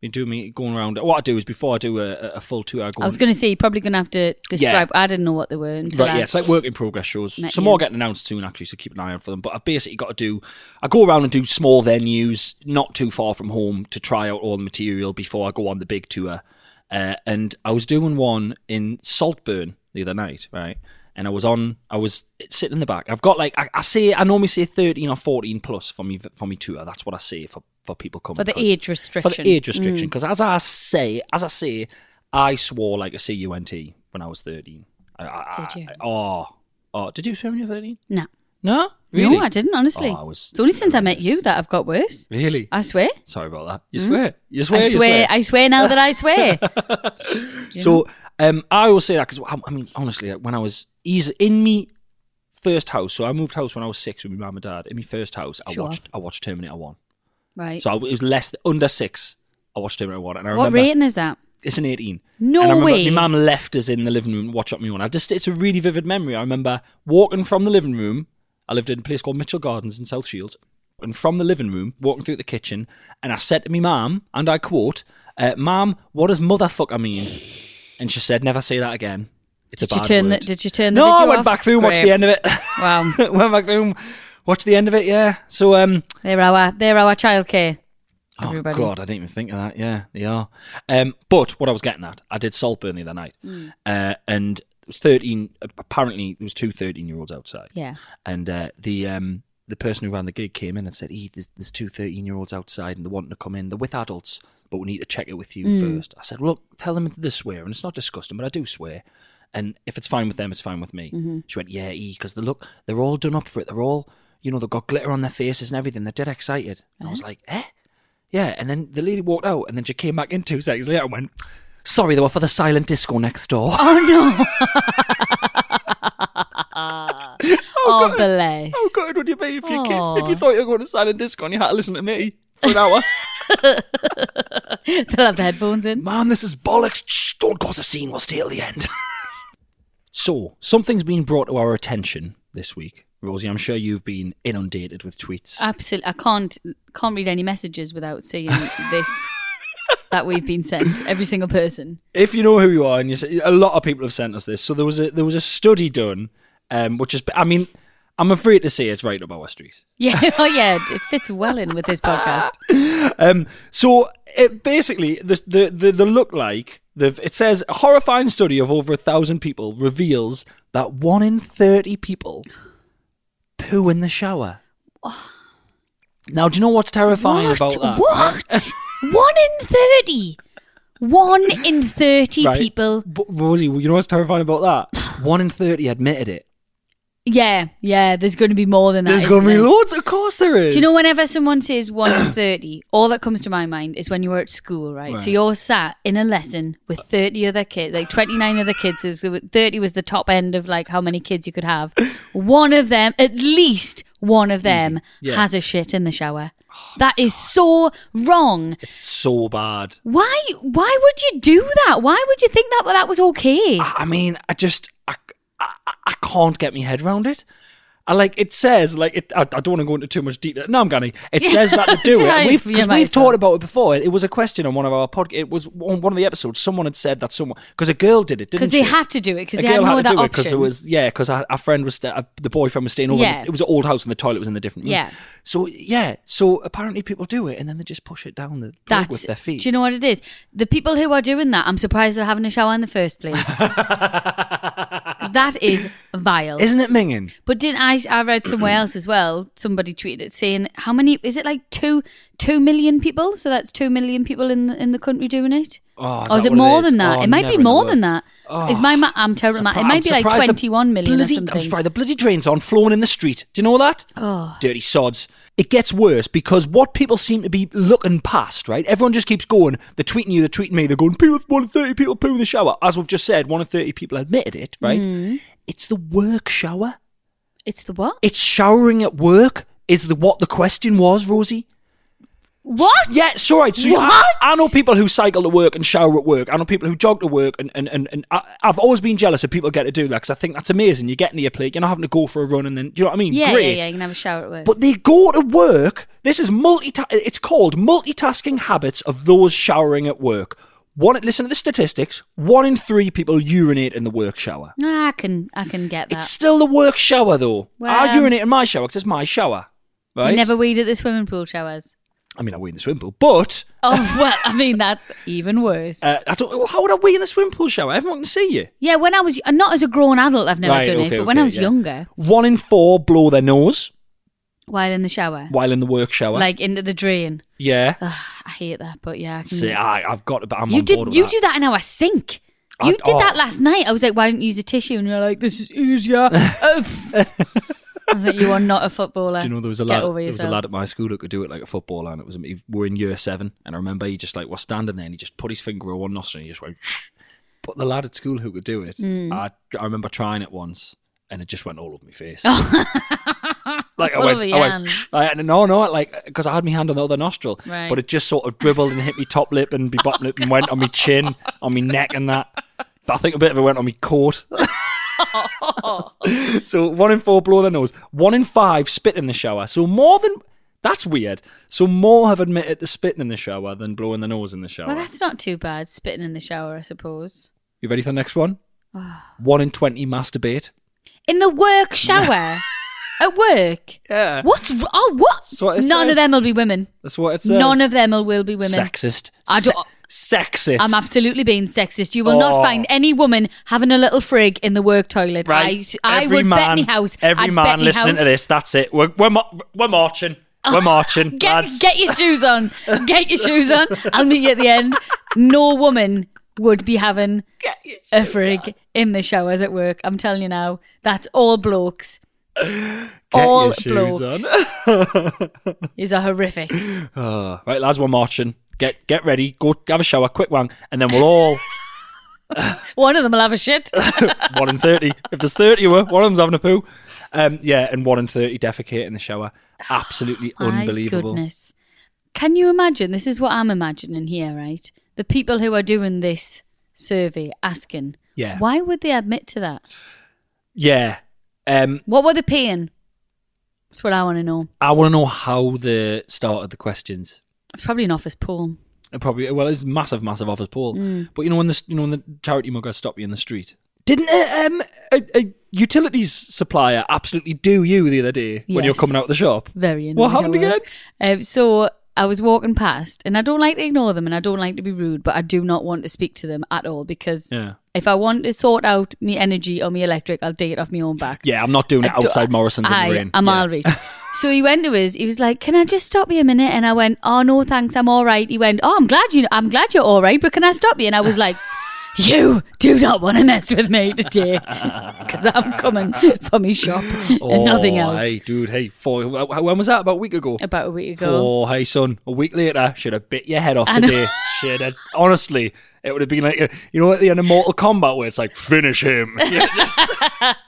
[SPEAKER 2] Been doing me going around. What I do is before I do a, a- a full tour, I go.
[SPEAKER 1] I was
[SPEAKER 2] and-
[SPEAKER 1] going to say, you're probably going to have to describe. I didn't know what they were until
[SPEAKER 2] Right,
[SPEAKER 1] I,
[SPEAKER 2] yeah, it's like work in progress shows.
[SPEAKER 1] Met
[SPEAKER 2] Some
[SPEAKER 1] you.
[SPEAKER 2] more getting announced soon, actually, so keep an eye out for them. But I've basically got to do, I go around and do small venues not too far from home to try out all the material before I go on the big tour. Uh, and I was doing one in Saltburn the other night, right? And I was on, I was sitting in the back. I've got like, I, I say, I normally say 13 or 14 plus for me, for me tour. That's what I say for, for people coming.
[SPEAKER 1] for the
[SPEAKER 2] 'cause-
[SPEAKER 1] age
[SPEAKER 2] for
[SPEAKER 1] restriction. Mm.
[SPEAKER 2] the age restriction. Because as I say, as I say, I swore like a cunt when I was thirteen. I, I,
[SPEAKER 1] Did you?
[SPEAKER 2] I- [LAUGHS] oh, oh, did you swear when you were thirteen?
[SPEAKER 1] No.
[SPEAKER 2] No, really?
[SPEAKER 1] No, I didn't, honestly.
[SPEAKER 2] Oh, I was-
[SPEAKER 1] it's only since I met you that I've got worse.
[SPEAKER 2] Really?
[SPEAKER 1] I swear.
[SPEAKER 2] Sorry about that. You swear? You swear?
[SPEAKER 1] I
[SPEAKER 2] you
[SPEAKER 1] swear, I swear now that
[SPEAKER 2] [LAUGHS]
[SPEAKER 1] I swear. [LAUGHS]
[SPEAKER 2] So um, I always say that because I, I mean, honestly, like, when I was easy in me first house, so I moved house when I was six with my mum and dad. In my first house, I
[SPEAKER 1] Sure.
[SPEAKER 2] watched I watched Terminator One.
[SPEAKER 1] Right.
[SPEAKER 2] So I, it was less under six. I watched Terminator One, and I
[SPEAKER 1] what
[SPEAKER 2] remember
[SPEAKER 1] rating is that?
[SPEAKER 2] it's an 18.
[SPEAKER 1] No
[SPEAKER 2] and I remember
[SPEAKER 1] way.
[SPEAKER 2] My mum left us in the living room to watch Up Me One. I just, it's a really vivid memory. I remember walking from the living room. I lived in a place called Mitchell Gardens in South Shields. And from the living room, walking through the kitchen, and I said to me mum, and I quote, uh, Mum, what does motherfucker mean? And she said, Never say that again. It's
[SPEAKER 1] Did
[SPEAKER 2] a
[SPEAKER 1] you
[SPEAKER 2] bad
[SPEAKER 1] turn the
[SPEAKER 2] word.
[SPEAKER 1] Did you turn the
[SPEAKER 2] No, I
[SPEAKER 1] video
[SPEAKER 2] went
[SPEAKER 1] off?
[SPEAKER 2] back through and watched
[SPEAKER 1] Great.
[SPEAKER 2] the end of it. [LAUGHS]
[SPEAKER 1] Wow,
[SPEAKER 2] went back through and watched the end of it, yeah. So, um,
[SPEAKER 1] they're our they're our childcare. Everybody.
[SPEAKER 2] Oh God, I didn't even think of that. Yeah, they are. Um, but what I was getting at, I did Saltburn the other night, uh, and it was thirteen. Apparently, there was two 13 year olds outside,
[SPEAKER 1] Yeah.
[SPEAKER 2] and uh, the um, the person who ran the gig came in and said, "Hey, there's, there's two 13 year olds outside, and they want to come in. They're with adults, but we need to check it with you first. I said, "Look, tell them they swear, and it's not disgusting, but I do swear." And if it's fine with them, it's fine with me. She went, yeah, because they look, they're all done up for it. They're all, you know, they've got glitter on their faces and everything. They're dead excited. And I was like, eh? Yeah, and then the lady walked out, and then she came back in two seconds later and went, "Sorry, they were for the silent disco next door."
[SPEAKER 1] Oh no. oh, bless.
[SPEAKER 2] How good would you be if you
[SPEAKER 1] Aw.
[SPEAKER 2] came, if you thought you were going to silent disco and you had to listen to me for an [LAUGHS] hour?
[SPEAKER 1] They'll have the
[SPEAKER 2] [LAUGHS]
[SPEAKER 1] headphones in.
[SPEAKER 2] Mom, this is bollocks. Shh, don't cause a scene. We'll stay at the end. [LAUGHS] so something's been brought to our attention this week, Rosie. I'm sure you've been inundated with tweets.
[SPEAKER 1] Absolutely, I can't can't read any messages
[SPEAKER 2] [LAUGHS]
[SPEAKER 1] without seeing this that we've been sent. Every single person.
[SPEAKER 2] if you know who you are, and you say, a lot of people have sent us this, so there was a there was a study done, um, which is, I mean, I'm afraid to say it's right up our street.
[SPEAKER 1] Yeah, [LAUGHS] oh yeah, it fits well in with
[SPEAKER 2] [LAUGHS]
[SPEAKER 1] this podcast.
[SPEAKER 2] Um, so it basically the the the, the look like the it says a horrifying study of over a thousand people reveals that one in thirty people poo in the shower. Now, do you know what's terrifying about that?
[SPEAKER 1] What? One in thirty. One in thirty
[SPEAKER 2] Right.
[SPEAKER 1] people.
[SPEAKER 2] [LAUGHS] But Rosie, you know what's terrifying about that? One in thirty admitted it.
[SPEAKER 1] Yeah, yeah. There's going to be more than that.
[SPEAKER 2] There's
[SPEAKER 1] isn't
[SPEAKER 2] going to be
[SPEAKER 1] there?
[SPEAKER 2] loads. Of course, there is.
[SPEAKER 1] Do you know whenever someone says one in thirty, all that comes to my mind is when you were at school, right? So
[SPEAKER 2] Right.
[SPEAKER 1] you're sat in a lesson with thirty other kids, like twenty nine other kids. So it was- thirty was the top end of like how many kids you could have. One of them, at least one of them,
[SPEAKER 2] Yeah.
[SPEAKER 1] has a shit in the shower. that is so wrong.
[SPEAKER 2] It's so bad.
[SPEAKER 1] Why? Why would you do that? Why would you think that that was okay?
[SPEAKER 2] I mean, I just I, I, I can't get my head around it. I like it says like it. I, I don't want to go into too much detail. No, I'm going. It says that to
[SPEAKER 1] [LAUGHS]
[SPEAKER 2] do
[SPEAKER 1] Yeah,
[SPEAKER 2] it. We've,
[SPEAKER 1] you
[SPEAKER 2] 'cause
[SPEAKER 1] might
[SPEAKER 2] we've
[SPEAKER 1] as well.
[SPEAKER 2] talked about it before. It, was a question on one of our pod. It was on one of the episodes. Someone had said that someone because a girl did it, didn't
[SPEAKER 1] Because they
[SPEAKER 2] she?
[SPEAKER 1] had to do it because
[SPEAKER 2] a
[SPEAKER 1] they had
[SPEAKER 2] girl
[SPEAKER 1] no
[SPEAKER 2] had to
[SPEAKER 1] other
[SPEAKER 2] do it
[SPEAKER 1] option.
[SPEAKER 2] because it was yeah because our, our friend was sta- uh, the boyfriend was staying over.
[SPEAKER 1] Yeah.
[SPEAKER 2] It was an old house and the toilet was in the different room.
[SPEAKER 1] Yeah.
[SPEAKER 2] So yeah, so apparently people do it and then they just push it down the plug with their feet.
[SPEAKER 1] Do you know what it is? The people who are doing that, I'm surprised they're having a shower in the
[SPEAKER 2] [LAUGHS]
[SPEAKER 1] first place. that is vile.
[SPEAKER 2] Isn't it minging?
[SPEAKER 1] but didn't I? I read somewhere else as well. Somebody tweeted it saying, "How many? Is it like two two million people? So that's two million people in the, in the country doing it."
[SPEAKER 2] Oh, is
[SPEAKER 1] or is
[SPEAKER 2] that
[SPEAKER 1] it
[SPEAKER 2] what it
[SPEAKER 1] more
[SPEAKER 2] is?
[SPEAKER 1] than that?
[SPEAKER 2] Oh,
[SPEAKER 1] it might
[SPEAKER 2] never
[SPEAKER 1] be
[SPEAKER 2] in the
[SPEAKER 1] more
[SPEAKER 2] world.
[SPEAKER 1] than that. Is my ma- I'm terrible. at math. it might be like
[SPEAKER 2] surprised the
[SPEAKER 1] twenty-one million
[SPEAKER 2] bloody-
[SPEAKER 1] or
[SPEAKER 2] I'm
[SPEAKER 1] something. Oh,
[SPEAKER 2] surprised the bloody drains aren't flowing in the street. Do you know that? Dirty sods. It gets worse because what people seem to be looking past, right? Everyone just keeps going. They're tweeting you, they're tweeting me, they're going, people, one in 30 people poo in the shower. As we've just said, one in 30 people admitted it, right?
[SPEAKER 1] Mm.
[SPEAKER 2] It's the work shower.
[SPEAKER 1] It's the what?
[SPEAKER 2] It's showering at work is the what the question was, Rosie.
[SPEAKER 1] What?
[SPEAKER 2] Yeah, it's all right. So you- I,
[SPEAKER 1] What?
[SPEAKER 2] I know people who cycle to work and shower at work. I know people who jog to work, and and and, and I, I've always been jealous of people who get to do that because I think that's amazing. You get near your plate, you're not having to go for a run, and then do you know what I mean?
[SPEAKER 1] Yeah, yeah,
[SPEAKER 2] Great.
[SPEAKER 1] yeah. You can have a shower at work.
[SPEAKER 2] But they go to work. This is multi. It's called multitasking habits of those showering at work. One, listen to the statistics. One in three people urinate in the work shower.
[SPEAKER 1] Ah, I can, I can get that.
[SPEAKER 2] It's still the work shower though. I
[SPEAKER 1] Well- um,
[SPEAKER 2] urinate in my shower because it's my shower. Right?
[SPEAKER 1] You never weed at the swimming pool showers.
[SPEAKER 2] I mean, I wait in the swimming pool, but
[SPEAKER 1] Oh well, I mean that's even worse.
[SPEAKER 2] Uh, I don't. well, How would I wee in the swimming pool shower? Everyone can see you.
[SPEAKER 1] yeah, when I was uh, not as a grown adult, I've never
[SPEAKER 2] Right,
[SPEAKER 1] done it,
[SPEAKER 2] okay,
[SPEAKER 1] but when I
[SPEAKER 2] okay,
[SPEAKER 1] was
[SPEAKER 2] yeah.
[SPEAKER 1] younger,
[SPEAKER 2] One in four blow their nose
[SPEAKER 1] while in the shower,
[SPEAKER 2] while in the work shower.
[SPEAKER 1] like into the drain.
[SPEAKER 2] yeah.
[SPEAKER 1] I hate that, but yeah, I can.
[SPEAKER 2] See, I, I've got. But I'm
[SPEAKER 1] you
[SPEAKER 2] on board
[SPEAKER 1] did.
[SPEAKER 2] with
[SPEAKER 1] You
[SPEAKER 2] that.
[SPEAKER 1] do that in our sink.
[SPEAKER 2] I-
[SPEAKER 1] You did
[SPEAKER 2] oh.
[SPEAKER 1] that last night. I was like, why don't you use a tissue? And you're like, this is
[SPEAKER 2] [LAUGHS]
[SPEAKER 1] easier. I was like, you are not a footballer.
[SPEAKER 2] Do you know there was a
[SPEAKER 1] Get
[SPEAKER 2] lad? There
[SPEAKER 1] over
[SPEAKER 2] was a
[SPEAKER 1] yourself.
[SPEAKER 2] lad at my school that could do it like a footballer, and it was he, we're in year seven, and I remember he just like was standing there, and he just put his finger on one [LAUGHS]
[SPEAKER 1] Mm.
[SPEAKER 2] nostril, and he just went. But the lad at school who could do it, I, I remember trying it once, and it just went all over my
[SPEAKER 1] [LAUGHS]
[SPEAKER 2] face.
[SPEAKER 1] like
[SPEAKER 2] I went, I went, [LAUGHS] I- no, no, like because I had my hand on the other nostril,
[SPEAKER 1] Right.
[SPEAKER 2] but it just sort of dribbled and hit me top lip and be bottom lip and went on my chin, on my neck, and that. But I think a bit of it went on my coat. [LAUGHS] so one in four blow their nose, one in five spit in the shower. So more than that's weird. So more have admitted to spitting in the shower than blowing their nose in the shower.
[SPEAKER 1] Well, that's not too bad. Spitting in the shower, I suppose.
[SPEAKER 2] you ready for the next
[SPEAKER 1] [SIGHS]
[SPEAKER 2] one? one in twenty masturbate.
[SPEAKER 1] In the
[SPEAKER 2] [LAUGHS]
[SPEAKER 1] work shower. At work.
[SPEAKER 2] Yeah,
[SPEAKER 1] What? Oh, what?
[SPEAKER 2] That's what it
[SPEAKER 1] None
[SPEAKER 2] says.
[SPEAKER 1] of them will be women.
[SPEAKER 2] that's what it says.
[SPEAKER 1] None of them will, will be women.
[SPEAKER 2] sexist.
[SPEAKER 1] I
[SPEAKER 2] Se-
[SPEAKER 1] don't-
[SPEAKER 2] sexist.
[SPEAKER 1] I'm absolutely being sexist. You will
[SPEAKER 2] Oh.
[SPEAKER 1] not find any woman having a little frig in the work toilet. I, I
[SPEAKER 2] every
[SPEAKER 1] would
[SPEAKER 2] man,
[SPEAKER 1] bet me house.
[SPEAKER 2] Every
[SPEAKER 1] I'd
[SPEAKER 2] man
[SPEAKER 1] bet me
[SPEAKER 2] listening
[SPEAKER 1] house.
[SPEAKER 2] to this, that's it. We're we're, mar- we're marching.
[SPEAKER 1] [LAUGHS]
[SPEAKER 2] We're marching.
[SPEAKER 1] Get,
[SPEAKER 2] lads.
[SPEAKER 1] get your shoes on. Get your shoes on. I'll meet you at the end. No woman would be having a frig in the showers at work. I'm telling you now. That's all blokes. all blokes.
[SPEAKER 2] [LAUGHS]
[SPEAKER 1] These are horrific.
[SPEAKER 2] Uh, right, lads, we're marching. Get get ready. Go have a shower, quick one, and then we'll all
[SPEAKER 1] One of them will have a shit.
[SPEAKER 2] one in thirty. If there's thirty of us, one of them's having a poo. Um, yeah, and one in thirty defecate in the shower. Absolutely unbelievable.
[SPEAKER 1] [SIGHS] My goodness. Can you imagine? This is what I'm imagining here, right? The people who are doing this survey asking,
[SPEAKER 2] Yeah.
[SPEAKER 1] why would they admit to that?
[SPEAKER 2] Yeah. Um,
[SPEAKER 1] What were they paying? That's what I want to know.
[SPEAKER 2] I want to know how they started the questions.
[SPEAKER 1] It's probably an office pool.
[SPEAKER 2] And probably well, it's massive, massive office poll.
[SPEAKER 1] Mm.
[SPEAKER 2] But you know when this, you know when the charity mugger stopped you in the street, didn't a, um, a, a utilities supplier absolutely do you the other day when you're
[SPEAKER 1] Yes.
[SPEAKER 2] coming out of the shop?
[SPEAKER 1] Very annoying.
[SPEAKER 2] What happened
[SPEAKER 1] I was.
[SPEAKER 2] again?
[SPEAKER 1] Um, so I was walking past, and I don't like to ignore them, and I don't like to be rude, but I do not want to speak to them at all because
[SPEAKER 2] Yeah,
[SPEAKER 1] if I want to sort out me energy or me electric, I'll do it off my own back.
[SPEAKER 2] yeah. I'm not doing it
[SPEAKER 1] I do-
[SPEAKER 2] outside Morrison's
[SPEAKER 1] I,
[SPEAKER 2] in the rain.
[SPEAKER 1] I'm
[SPEAKER 2] yeah.
[SPEAKER 1] all right. [LAUGHS] so he went to us. He was like, "Can I just stop you a minute?" And I went, "Oh no, thanks. I'm all right." He went, "Oh, I'm glad you. I'm glad you're all right, but can I stop you?" And I was
[SPEAKER 2] [LAUGHS]
[SPEAKER 1] like. You do not want to mess with me today because I'm coming for me shop and
[SPEAKER 2] [LAUGHS]
[SPEAKER 1] nothing
[SPEAKER 2] Oh,
[SPEAKER 1] else.
[SPEAKER 2] Hey, dude. Hey, for, when was that? About a week ago.
[SPEAKER 1] About a week ago.
[SPEAKER 2] Oh, hey, son. A week later, should have bit your head off
[SPEAKER 1] I know. [LAUGHS]
[SPEAKER 2] today. should have. Honestly, it would have been like you know at the end of Mortal Kombat where it's like finish him. [LAUGHS] Yeah,
[SPEAKER 1] [LAUGHS]
[SPEAKER 2] just,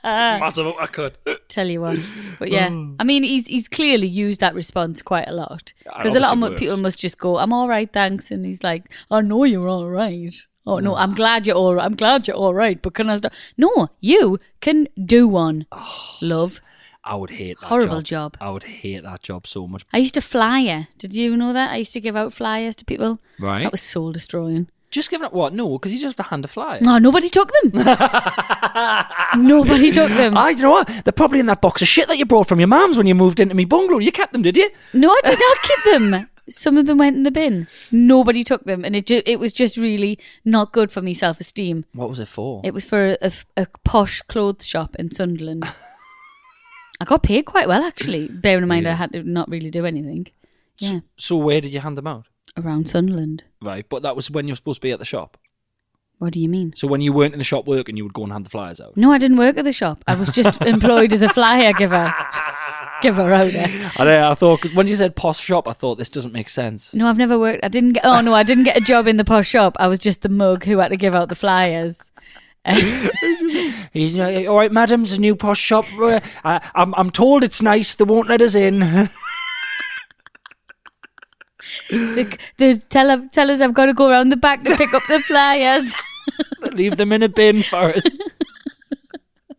[SPEAKER 2] massive uppercut.
[SPEAKER 1] Tell you what, but yeah,
[SPEAKER 2] Mm.
[SPEAKER 1] I mean, he's he's clearly used that response quite a lot because a lot of
[SPEAKER 2] obviously
[SPEAKER 1] mo-
[SPEAKER 2] works.
[SPEAKER 1] people must just go, "I'm all right, thanks," and he's like, "I know you're all right." Oh no, I'm glad you're all right. I'm glad you're all right, but can I stop? No, you can do
[SPEAKER 2] [SIGHS]
[SPEAKER 1] one, love.
[SPEAKER 2] I would hate that
[SPEAKER 1] Horrible job.
[SPEAKER 2] I would hate that job so much.
[SPEAKER 1] I used to flyer. Did you know that? I used to give out flyers to people.
[SPEAKER 2] Right.
[SPEAKER 1] That was soul destroying.
[SPEAKER 2] just give it up what? No, because you just have to hand a flyer.
[SPEAKER 1] No, nobody took
[SPEAKER 2] [LAUGHS]
[SPEAKER 1] them. nobody took them.
[SPEAKER 2] I you know what? They're probably in that box of shit that you brought from your mum's when you moved into me bungalow. You kept them, did you?
[SPEAKER 1] No, I did not keep them. Some of them went in the bin. Nobody took them, and it ju- it was just really not good for me self esteem.
[SPEAKER 2] What was it for?
[SPEAKER 1] It was for a, a f- a posh clothes shop in Sunderland. I got paid quite well, actually. Bearing in mind, I had to not really do anything. Yeah,
[SPEAKER 2] so where did you hand them out?
[SPEAKER 1] around Sunderland.
[SPEAKER 2] Right, but that was when you're supposed to be at the shop.
[SPEAKER 1] What do you mean?
[SPEAKER 2] So when you weren't in the shop working, you would go and hand the flyers out.
[SPEAKER 1] No, I didn't work at the shop. I was just employed as a flyer giver, giver out there.
[SPEAKER 2] I, know, I thought cause when you said posh shop, I thought this doesn't make sense.
[SPEAKER 1] No, I've never worked. I didn't get. Oh no, I didn't get a job in the posh shop. I was just the mug who had to give out the flyers.
[SPEAKER 2] He's, uh, all right, madam, it's a new posh shop. Uh, I, I'm, I'm told it's nice. They won't let us in. [LAUGHS]
[SPEAKER 1] The, the tell, tell us I've got to go around the back to pick up the flyers.
[SPEAKER 2] Leave them in a bin for us.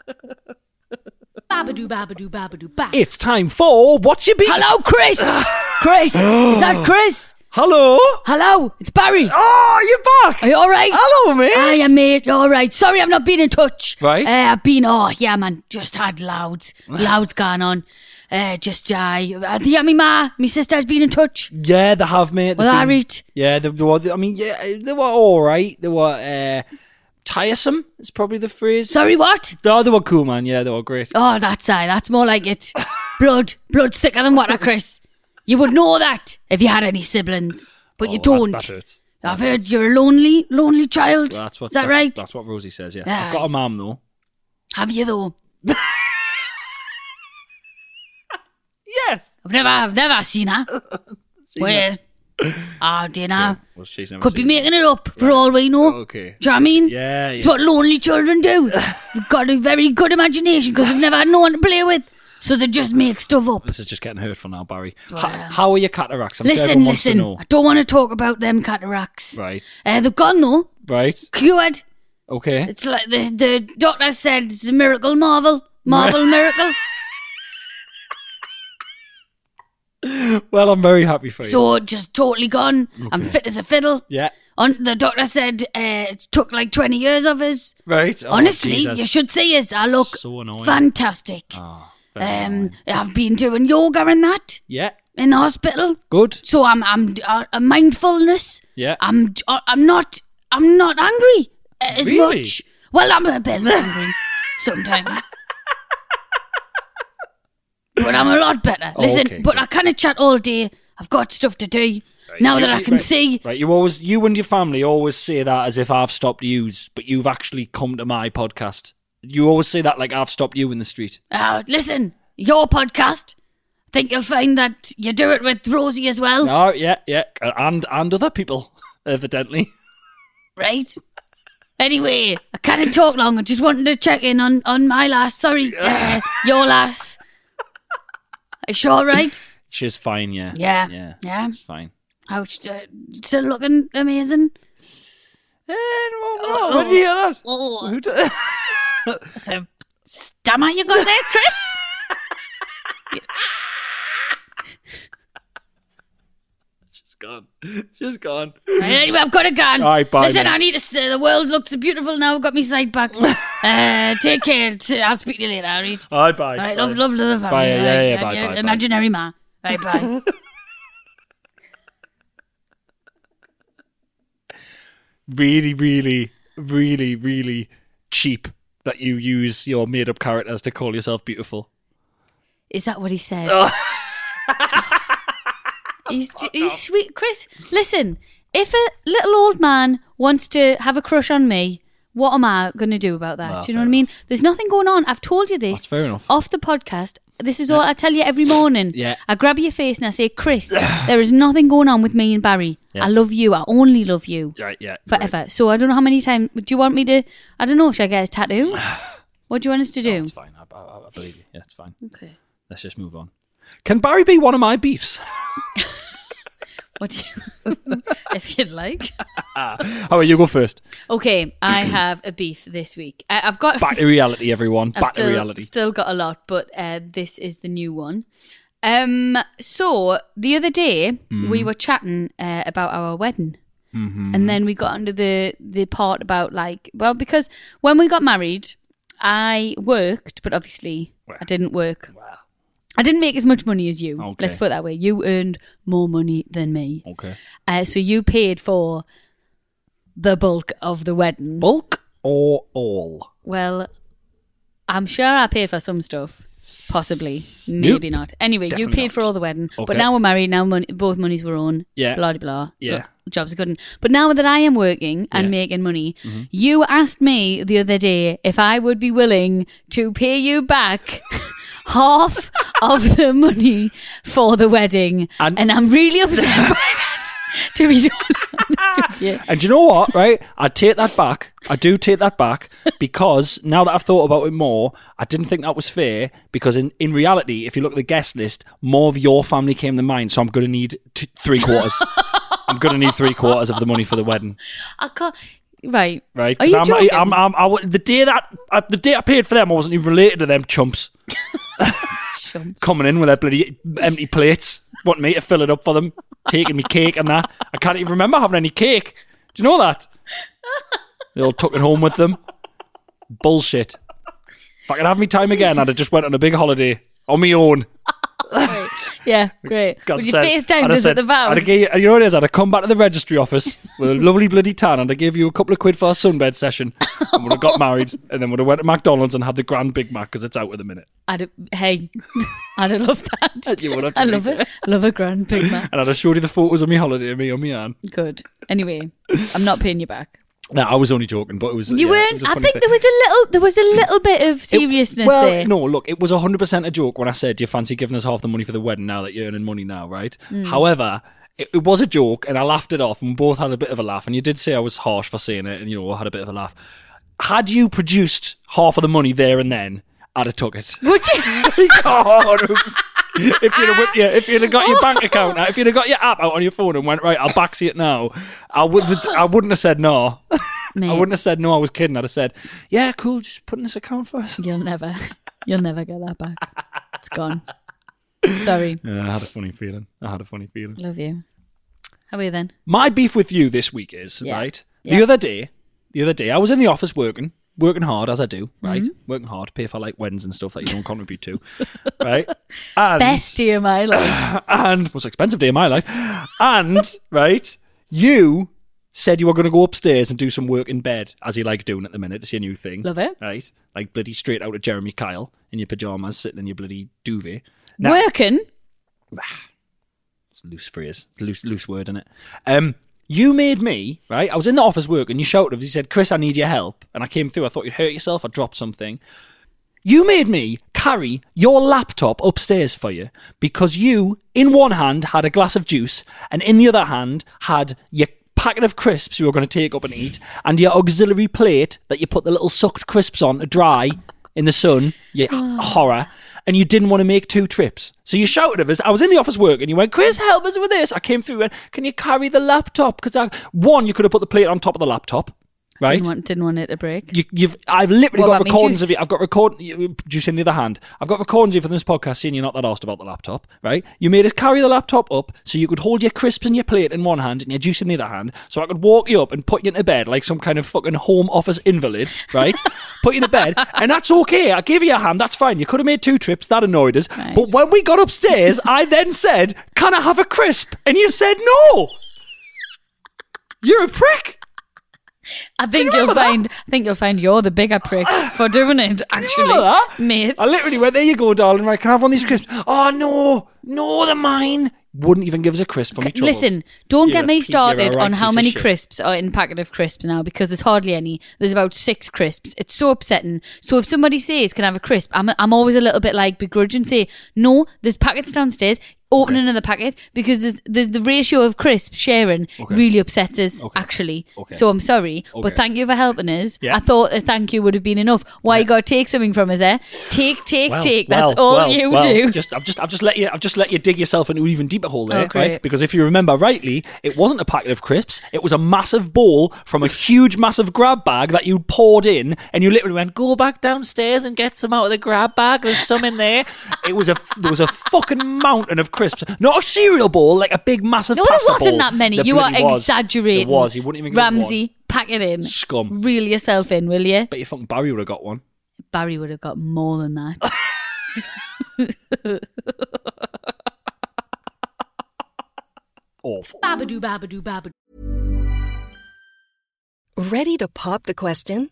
[SPEAKER 3] [LAUGHS] Babadoo, babadoo, babadoo, ba.
[SPEAKER 2] It's time for what's your beef?
[SPEAKER 1] Hello, Chris.
[SPEAKER 2] [SIGHS]
[SPEAKER 1] Chris,
[SPEAKER 2] [GASPS]
[SPEAKER 1] is that Chris?
[SPEAKER 2] Hello.
[SPEAKER 1] Hello, it's Barry.
[SPEAKER 2] Oh, you're back!
[SPEAKER 1] Are you all right?
[SPEAKER 2] Hello, mate.
[SPEAKER 1] I am mate. All right. Sorry, I've not been in touch.
[SPEAKER 2] Right.
[SPEAKER 1] Uh, I've been. Oh, yeah, man. Just
[SPEAKER 2] [SIGHS]
[SPEAKER 1] had loads, loads going on. Uh, just uh, I think yeah, me ma, me sister has been in touch.
[SPEAKER 2] Yeah, they have, mate.
[SPEAKER 1] Well,
[SPEAKER 2] They've
[SPEAKER 1] I
[SPEAKER 2] been-
[SPEAKER 1] read.
[SPEAKER 2] Yeah, they, they were. I mean, yeah, they were all right. They were uh, tiresome. Is probably the phrase.
[SPEAKER 1] Sorry, what?
[SPEAKER 2] No, they were cool, man. Yeah, they were great.
[SPEAKER 1] Oh, that's I. That's more like it. Blood, blood thicker than water, Chris. You would know that if you had any siblings, but you Oh, don't.
[SPEAKER 2] That, that hurts.
[SPEAKER 1] I've heard you're a lonely, lonely child.
[SPEAKER 2] That's what.
[SPEAKER 1] Is that
[SPEAKER 2] that's,
[SPEAKER 1] right?
[SPEAKER 2] That's what Rosie says. Yes, I've
[SPEAKER 1] Aye.
[SPEAKER 2] got a mum though.
[SPEAKER 1] Have you
[SPEAKER 2] [LAUGHS]
[SPEAKER 1] though?
[SPEAKER 2] Yes. [LAUGHS]
[SPEAKER 1] I've never, I've never seen her. well, Ah, dinner.
[SPEAKER 2] Well, she's never
[SPEAKER 1] Could be
[SPEAKER 2] seen it.
[SPEAKER 1] making it up for all we know.
[SPEAKER 2] Okay.
[SPEAKER 1] Do you know what I mean?
[SPEAKER 2] Yeah,
[SPEAKER 1] It's
[SPEAKER 2] yeah.
[SPEAKER 1] what lonely
[SPEAKER 2] [LAUGHS]
[SPEAKER 1] children do. They've got a very good imagination because they've never had no one to play with. So they just make stuff up.
[SPEAKER 2] This is just getting hurtful now, Barry. H- how are your cataracts? I'm sure
[SPEAKER 1] listen,
[SPEAKER 2] everyone wants to
[SPEAKER 1] listen.
[SPEAKER 2] know.
[SPEAKER 1] I don't want to talk about them cataracts.
[SPEAKER 2] Right,
[SPEAKER 1] Uh, they've gone though.
[SPEAKER 2] right,
[SPEAKER 1] Cured.
[SPEAKER 2] okay.
[SPEAKER 1] It's like the, the doctor said it's a miracle, Marvel.
[SPEAKER 2] [LAUGHS]
[SPEAKER 1] Marvel miracle.
[SPEAKER 2] Well, I'm very happy for you.
[SPEAKER 1] So just totally gone. I'm fit as a fiddle.
[SPEAKER 2] yeah,
[SPEAKER 1] On the doctor said uh, it took like 20 years of us.
[SPEAKER 2] right. Oh,
[SPEAKER 1] Honestly,
[SPEAKER 2] Jesus.
[SPEAKER 1] you should see us. I look
[SPEAKER 2] So annoying.
[SPEAKER 1] fantastic.
[SPEAKER 2] Ah, very
[SPEAKER 1] um,
[SPEAKER 2] annoying.
[SPEAKER 1] I've been doing yoga and that
[SPEAKER 2] yeah,
[SPEAKER 1] in the hospital,
[SPEAKER 2] good.
[SPEAKER 1] so I'm I'm uh, uh, mindfulness.
[SPEAKER 2] Yeah.
[SPEAKER 1] I'm uh, I'm not I'm not angry as
[SPEAKER 2] Really?
[SPEAKER 1] much. Well, I'm a bit angry [LAUGHS] sometimes. But I'm a lot better.
[SPEAKER 2] Oh,
[SPEAKER 1] Listen,
[SPEAKER 2] okay,
[SPEAKER 1] but
[SPEAKER 2] good.
[SPEAKER 1] I can't chat all day. I've got stuff to do. Now that I can
[SPEAKER 2] right,
[SPEAKER 1] see,
[SPEAKER 2] Right, you always, you and your family always say that as if I've stopped yous, but you've actually come to my podcast. You always say that like I've stopped you in the street.
[SPEAKER 1] uh, listen, your podcast. I think you'll find that you do it with Rosie as well,
[SPEAKER 2] No, Oh, yeah, yeah, and and other people, [LAUGHS] evidently.
[SPEAKER 1] right? Anyway, I can't talk long. I just wanted to check in on on my
[SPEAKER 2] [LAUGHS]
[SPEAKER 1] lass. Sorry, uh, your lass. Is she all right?
[SPEAKER 2] She's fine, yeah,
[SPEAKER 1] Yeah,
[SPEAKER 2] yeah,
[SPEAKER 1] yeah.
[SPEAKER 2] she's fine.
[SPEAKER 1] How she uh, still looking amazing?
[SPEAKER 2] Eh, Oh,
[SPEAKER 1] where did you hear
[SPEAKER 2] that?
[SPEAKER 1] Oh,
[SPEAKER 2] [LAUGHS]
[SPEAKER 1] that's a stammer you got there,
[SPEAKER 2] [LAUGHS]
[SPEAKER 1] Chris.
[SPEAKER 2] she's gone. [LAUGHS] She's gone.
[SPEAKER 1] Right, anyway, I've got a gun.
[SPEAKER 2] All right, bye,
[SPEAKER 1] Listen,
[SPEAKER 2] mate.
[SPEAKER 1] I need to. s- the world looks beautiful now. I've got my
[SPEAKER 2] [LAUGHS]
[SPEAKER 1] sight back. uh, take care. T- I'll speak to you later. All right.
[SPEAKER 2] All right, bye.
[SPEAKER 1] All right, love, love to the family.
[SPEAKER 2] Bye, yeah,
[SPEAKER 1] Right,
[SPEAKER 2] yeah,
[SPEAKER 1] right,
[SPEAKER 2] bye, bye, bye.
[SPEAKER 1] imaginary ma.
[SPEAKER 2] [LAUGHS]
[SPEAKER 1] Right, bye.
[SPEAKER 2] Really, really, really, really cheap that you use your made-up characters to call yourself beautiful.
[SPEAKER 1] Is that what he said?
[SPEAKER 2] Oh.
[SPEAKER 1] [LAUGHS] he's j- he's sweet, Chris. Listen, if a little old man wants to have a crush on me, what am I going to do about that?
[SPEAKER 2] Nah,
[SPEAKER 1] do you know
[SPEAKER 2] fair
[SPEAKER 1] what I mean? There's nothing going on. I've told you this.
[SPEAKER 2] That's fair enough.
[SPEAKER 1] Off the podcast. This is all I tell you every morning.
[SPEAKER 2] Yeah.
[SPEAKER 1] I grab your face and I
[SPEAKER 2] [LAUGHS]
[SPEAKER 1] say, Chris, there is nothing going on with me and Barry.
[SPEAKER 2] Yeah.
[SPEAKER 1] I love you. I only love you.
[SPEAKER 2] Right, yeah. right.
[SPEAKER 1] forever. So I don't know how many times. Do you want me to? I don't know. Should I get
[SPEAKER 2] [SIGHS]
[SPEAKER 1] a tattoo? what do you want us to do?
[SPEAKER 2] It's fine. I, I, I believe you. Yeah, it's fine.
[SPEAKER 1] okay.
[SPEAKER 2] Let's just move on. Can Barry be one of my beefs? [LAUGHS]
[SPEAKER 1] What do you, [LAUGHS] if you'd like?
[SPEAKER 2] Oh, you go first.
[SPEAKER 1] Okay,
[SPEAKER 2] [COUGHS]
[SPEAKER 1] I have a beef this week. I, I've got
[SPEAKER 2] Back to reality, everyone.
[SPEAKER 1] [LAUGHS] I've
[SPEAKER 2] Back
[SPEAKER 1] still,
[SPEAKER 2] to reality.
[SPEAKER 1] Still got a lot, but uh, this is the new one. Um. So the other day
[SPEAKER 2] Hmm.
[SPEAKER 1] we were chatting uh, about our wedding.
[SPEAKER 2] Mm-hmm.
[SPEAKER 1] And then we got under the the part about like well because when we got married, I worked, but obviously I didn't work.
[SPEAKER 2] Wow.
[SPEAKER 1] I didn't make as much money as you.
[SPEAKER 2] Okay.
[SPEAKER 1] Let's put it that way. You earned more money than me,
[SPEAKER 2] Okay.
[SPEAKER 1] uh, so you paid for the bulk of the wedding.
[SPEAKER 2] Bulk or all?
[SPEAKER 1] Well, I'm sure I paid for some stuff. Possibly. Maybe not. Anyway, you
[SPEAKER 2] Definitely
[SPEAKER 1] paid for
[SPEAKER 2] not.
[SPEAKER 1] all the wedding.
[SPEAKER 2] Okay.
[SPEAKER 1] But now we're married. Now mon- both monies were on.
[SPEAKER 2] Yeah.
[SPEAKER 1] Blah, de blah.
[SPEAKER 2] Yeah.
[SPEAKER 1] Look, Jobs are good. But now that I am working
[SPEAKER 2] Yeah.
[SPEAKER 1] and
[SPEAKER 2] Mm-hmm.
[SPEAKER 1] making money, you asked me the other day if I would be willing to pay
[SPEAKER 2] [LAUGHS]
[SPEAKER 1] you back half of the money for the wedding.
[SPEAKER 2] And-
[SPEAKER 1] And, I'm really upset by that, to
[SPEAKER 2] [LAUGHS]
[SPEAKER 1] be honest with you.
[SPEAKER 2] And you know what, right? I take that back. I do take that back because now that I've thought about it more, I didn't think that was fair because in, in reality, if you look at the guest list, more of your family came than mine, so I'm going to need t- three quarters. I'm going to need three quarters of the money for the wedding,
[SPEAKER 1] I can't. Right.
[SPEAKER 2] right?
[SPEAKER 1] Are you
[SPEAKER 2] 'Cause I'm,
[SPEAKER 1] joking?
[SPEAKER 2] I'm, I'm, I wa- the day that uh, the day I paid for them, I wasn't even related to them chumps
[SPEAKER 1] Chumps.
[SPEAKER 2] [LAUGHS] coming in with their bloody empty plates, wanting me to fill it up for them, taking me cake and that. I can't even remember having any cake. Do you know that? They all took it home with them. Bullshit. If I could have me time again, I'd have just went on a big holiday on my own.
[SPEAKER 1] [LAUGHS] Yeah, great.
[SPEAKER 2] God
[SPEAKER 1] Would you
[SPEAKER 2] said-
[SPEAKER 1] FaceTime
[SPEAKER 2] I'd have
[SPEAKER 1] us at
[SPEAKER 2] said-
[SPEAKER 1] the vows?
[SPEAKER 2] I'd have gave, you know what it is? I'd have come back to the registry
[SPEAKER 1] [LAUGHS]
[SPEAKER 2] office with a lovely bloody tan and I'd give you a couple of quid for a sunbed session and would have got married and then would have went to McDonald's and had the grand Big Mac because it's out at the minute.
[SPEAKER 1] I'd have, hey, [LAUGHS] I'd have loved
[SPEAKER 2] [LAUGHS]
[SPEAKER 1] that.
[SPEAKER 2] You would have
[SPEAKER 1] I love it. Love
[SPEAKER 2] [LAUGHS]
[SPEAKER 1] a grand Big Mac.
[SPEAKER 2] And I'd have showed you the photos of me holiday and me on my arm.
[SPEAKER 1] Good. Anyway, I'm not paying you back.
[SPEAKER 2] No, I was only joking, [LAUGHS] but it was.
[SPEAKER 1] You
[SPEAKER 2] yeah, it
[SPEAKER 1] weren't.
[SPEAKER 2] was a
[SPEAKER 1] I
[SPEAKER 2] funny
[SPEAKER 1] think
[SPEAKER 2] thing.
[SPEAKER 1] there was a little. There was a little bit of
[SPEAKER 2] It-
[SPEAKER 1] seriousness
[SPEAKER 2] well,
[SPEAKER 1] there.
[SPEAKER 2] no, look, it
[SPEAKER 1] Hmm.
[SPEAKER 2] was 100% a joke when I said, Do you fancy giving us half the money for the wedding now that you're earning money now, right? However, it, it was a joke, and I laughed it off, and we both had a bit of a laugh. And you did say I was harsh for saying it, and you know I had a bit of a laugh. Had you produced half of the money there and then, I'd have took it. [LAUGHS]
[SPEAKER 1] [LAUGHS] Would you?
[SPEAKER 2] God, oops. if you'd have whipped your, if you'd have got your bank account out, if you'd have got your app out on your phone and went right, I'll backsy it now. I would, I wouldn't have said no. [LAUGHS] I
[SPEAKER 1] Mate.
[SPEAKER 2] wouldn't have said no. I was kidding. I'd have said, yeah, cool. Just put in this account for us.
[SPEAKER 1] You'll never, you'll never get that back. It's gone. Sorry.
[SPEAKER 2] Yeah, I had a funny feeling. I had a funny feeling.
[SPEAKER 1] Love you. How are you then?
[SPEAKER 2] My beef with you this week is
[SPEAKER 1] Yeah.
[SPEAKER 2] right.
[SPEAKER 1] Yeah.
[SPEAKER 2] The other day, the other day, I was in the office working, working hard as I do, right,
[SPEAKER 1] Mm-hmm.
[SPEAKER 2] working hard, to pay for like weddings and stuff that you don't contribute to, [LAUGHS] right. And,
[SPEAKER 1] Best day of
[SPEAKER 2] [COUGHS]
[SPEAKER 1] my life.
[SPEAKER 2] and most expensive day of my life. And right, you said you were going to go upstairs and do some work in bed, as you like doing at the minute. It's your new thing.
[SPEAKER 1] Love it.
[SPEAKER 2] Right, like bloody straight out of Jeremy Kyle in your pajamas, sitting in your bloody duvet.
[SPEAKER 1] Working.
[SPEAKER 2] It's a loose phrase, loose loose word in it. Um, you made me right. I was in the office work, and you shouted. You said, "Chris, I need your help." And I came through. I thought you'd hurt yourself. I dropped something. You made me carry your laptop upstairs for you because you, in one hand, had a glass of juice, and in the other hand, had your packet of crisps you were going to take up and eat, and your auxiliary plate that you put the little sucked crisps on to dry in the sun. You horror. And you didn't want to make two trips. So you shouted at us. I was in the office work and you went, Chris, help us with this. I came through and, can you carry the laptop? Because I, one, you could have put the plate on top of the laptop, right?
[SPEAKER 1] Didn't want, didn't want it to break.
[SPEAKER 2] You, you've, I've literally
[SPEAKER 1] What
[SPEAKER 2] got
[SPEAKER 1] about me,
[SPEAKER 2] recordings
[SPEAKER 1] Juice?
[SPEAKER 2] of you. I've got record you- juice in the other hand. I've got recordings of you from this podcast saying you're not that arsed about the laptop, right? You made us carry the laptop up so you could hold your crisps and your plate in one hand and your juice in the other hand, so I could walk you up and put you into bed like some kind of fucking home office invalid,
[SPEAKER 1] [LAUGHS]
[SPEAKER 2] right? put you into bed, and that's okay. I gave you a hand. That's fine. You could have made two trips. That annoyed us. But when we got upstairs,
[SPEAKER 1] [LAUGHS]
[SPEAKER 2] I then said, "Can I have a crisp?" And you said, "No." You're a prick.
[SPEAKER 1] I think you'll find. I think you'll find you're the bigger prick for
[SPEAKER 2] [LAUGHS]
[SPEAKER 1] doing it.
[SPEAKER 2] You
[SPEAKER 1] Actually,
[SPEAKER 2] know that?
[SPEAKER 1] mate.
[SPEAKER 2] I literally went, there you go, darling. Right, can I have one of these crisps? Oh, no. No, they're mine. Wouldn't even give us a crisp for me troubles.
[SPEAKER 1] Listen, don't
[SPEAKER 2] You're
[SPEAKER 1] get
[SPEAKER 2] a
[SPEAKER 1] me
[SPEAKER 2] piece- you're
[SPEAKER 1] started
[SPEAKER 2] a right
[SPEAKER 1] on how
[SPEAKER 2] piece of
[SPEAKER 1] many
[SPEAKER 2] shit.
[SPEAKER 1] crisps are in a packet of crisps now because there's hardly any. There's about six crisps. It's so upsetting. So if somebody says, "Can I have a crisp?" I'm I'm always a little bit like begrudging. Say, "No, there's packets downstairs." Open another packet because there's, there's the ratio of crisps sharing really upsets us actually. So I'm sorry, but thank you for helping us.
[SPEAKER 2] Yeah.
[SPEAKER 1] I thought a thank you would have been enough. Why you gotta take something from us? Eh? Take, take,
[SPEAKER 2] Well,
[SPEAKER 1] take.
[SPEAKER 2] well,
[SPEAKER 1] That's all
[SPEAKER 2] well,
[SPEAKER 1] you
[SPEAKER 2] well.
[SPEAKER 1] do. Oh,
[SPEAKER 2] Just, I've just, I've just let you, I've just let you dig yourself into an even deeper hole there, right?
[SPEAKER 1] great.
[SPEAKER 2] Because if you remember rightly, it wasn't a packet of crisps; it was a massive ball from a huge, massive grab bag that you poured in, and you literally went, "Go back downstairs and get some out of the grab bag. There's some in there." it was a, there was a fucking mountain of crisps, not a cereal ball, like a big, massive.
[SPEAKER 1] No, there
[SPEAKER 2] pasta
[SPEAKER 1] wasn't
[SPEAKER 2] ball.
[SPEAKER 1] that many.
[SPEAKER 2] There
[SPEAKER 1] you are
[SPEAKER 2] bloody was.
[SPEAKER 1] exaggerating.
[SPEAKER 2] There was. You wouldn't even give us one.
[SPEAKER 1] Ramsey, pack it in.
[SPEAKER 2] Scum.
[SPEAKER 1] Reel yourself in, will you?
[SPEAKER 2] Bet you fucking Barry would have got one.
[SPEAKER 1] Barry would have got more than that.
[SPEAKER 2] [LAUGHS] Awful.
[SPEAKER 3] Babadoo, babadoo, babadoo.
[SPEAKER 4] Ready to pop the question?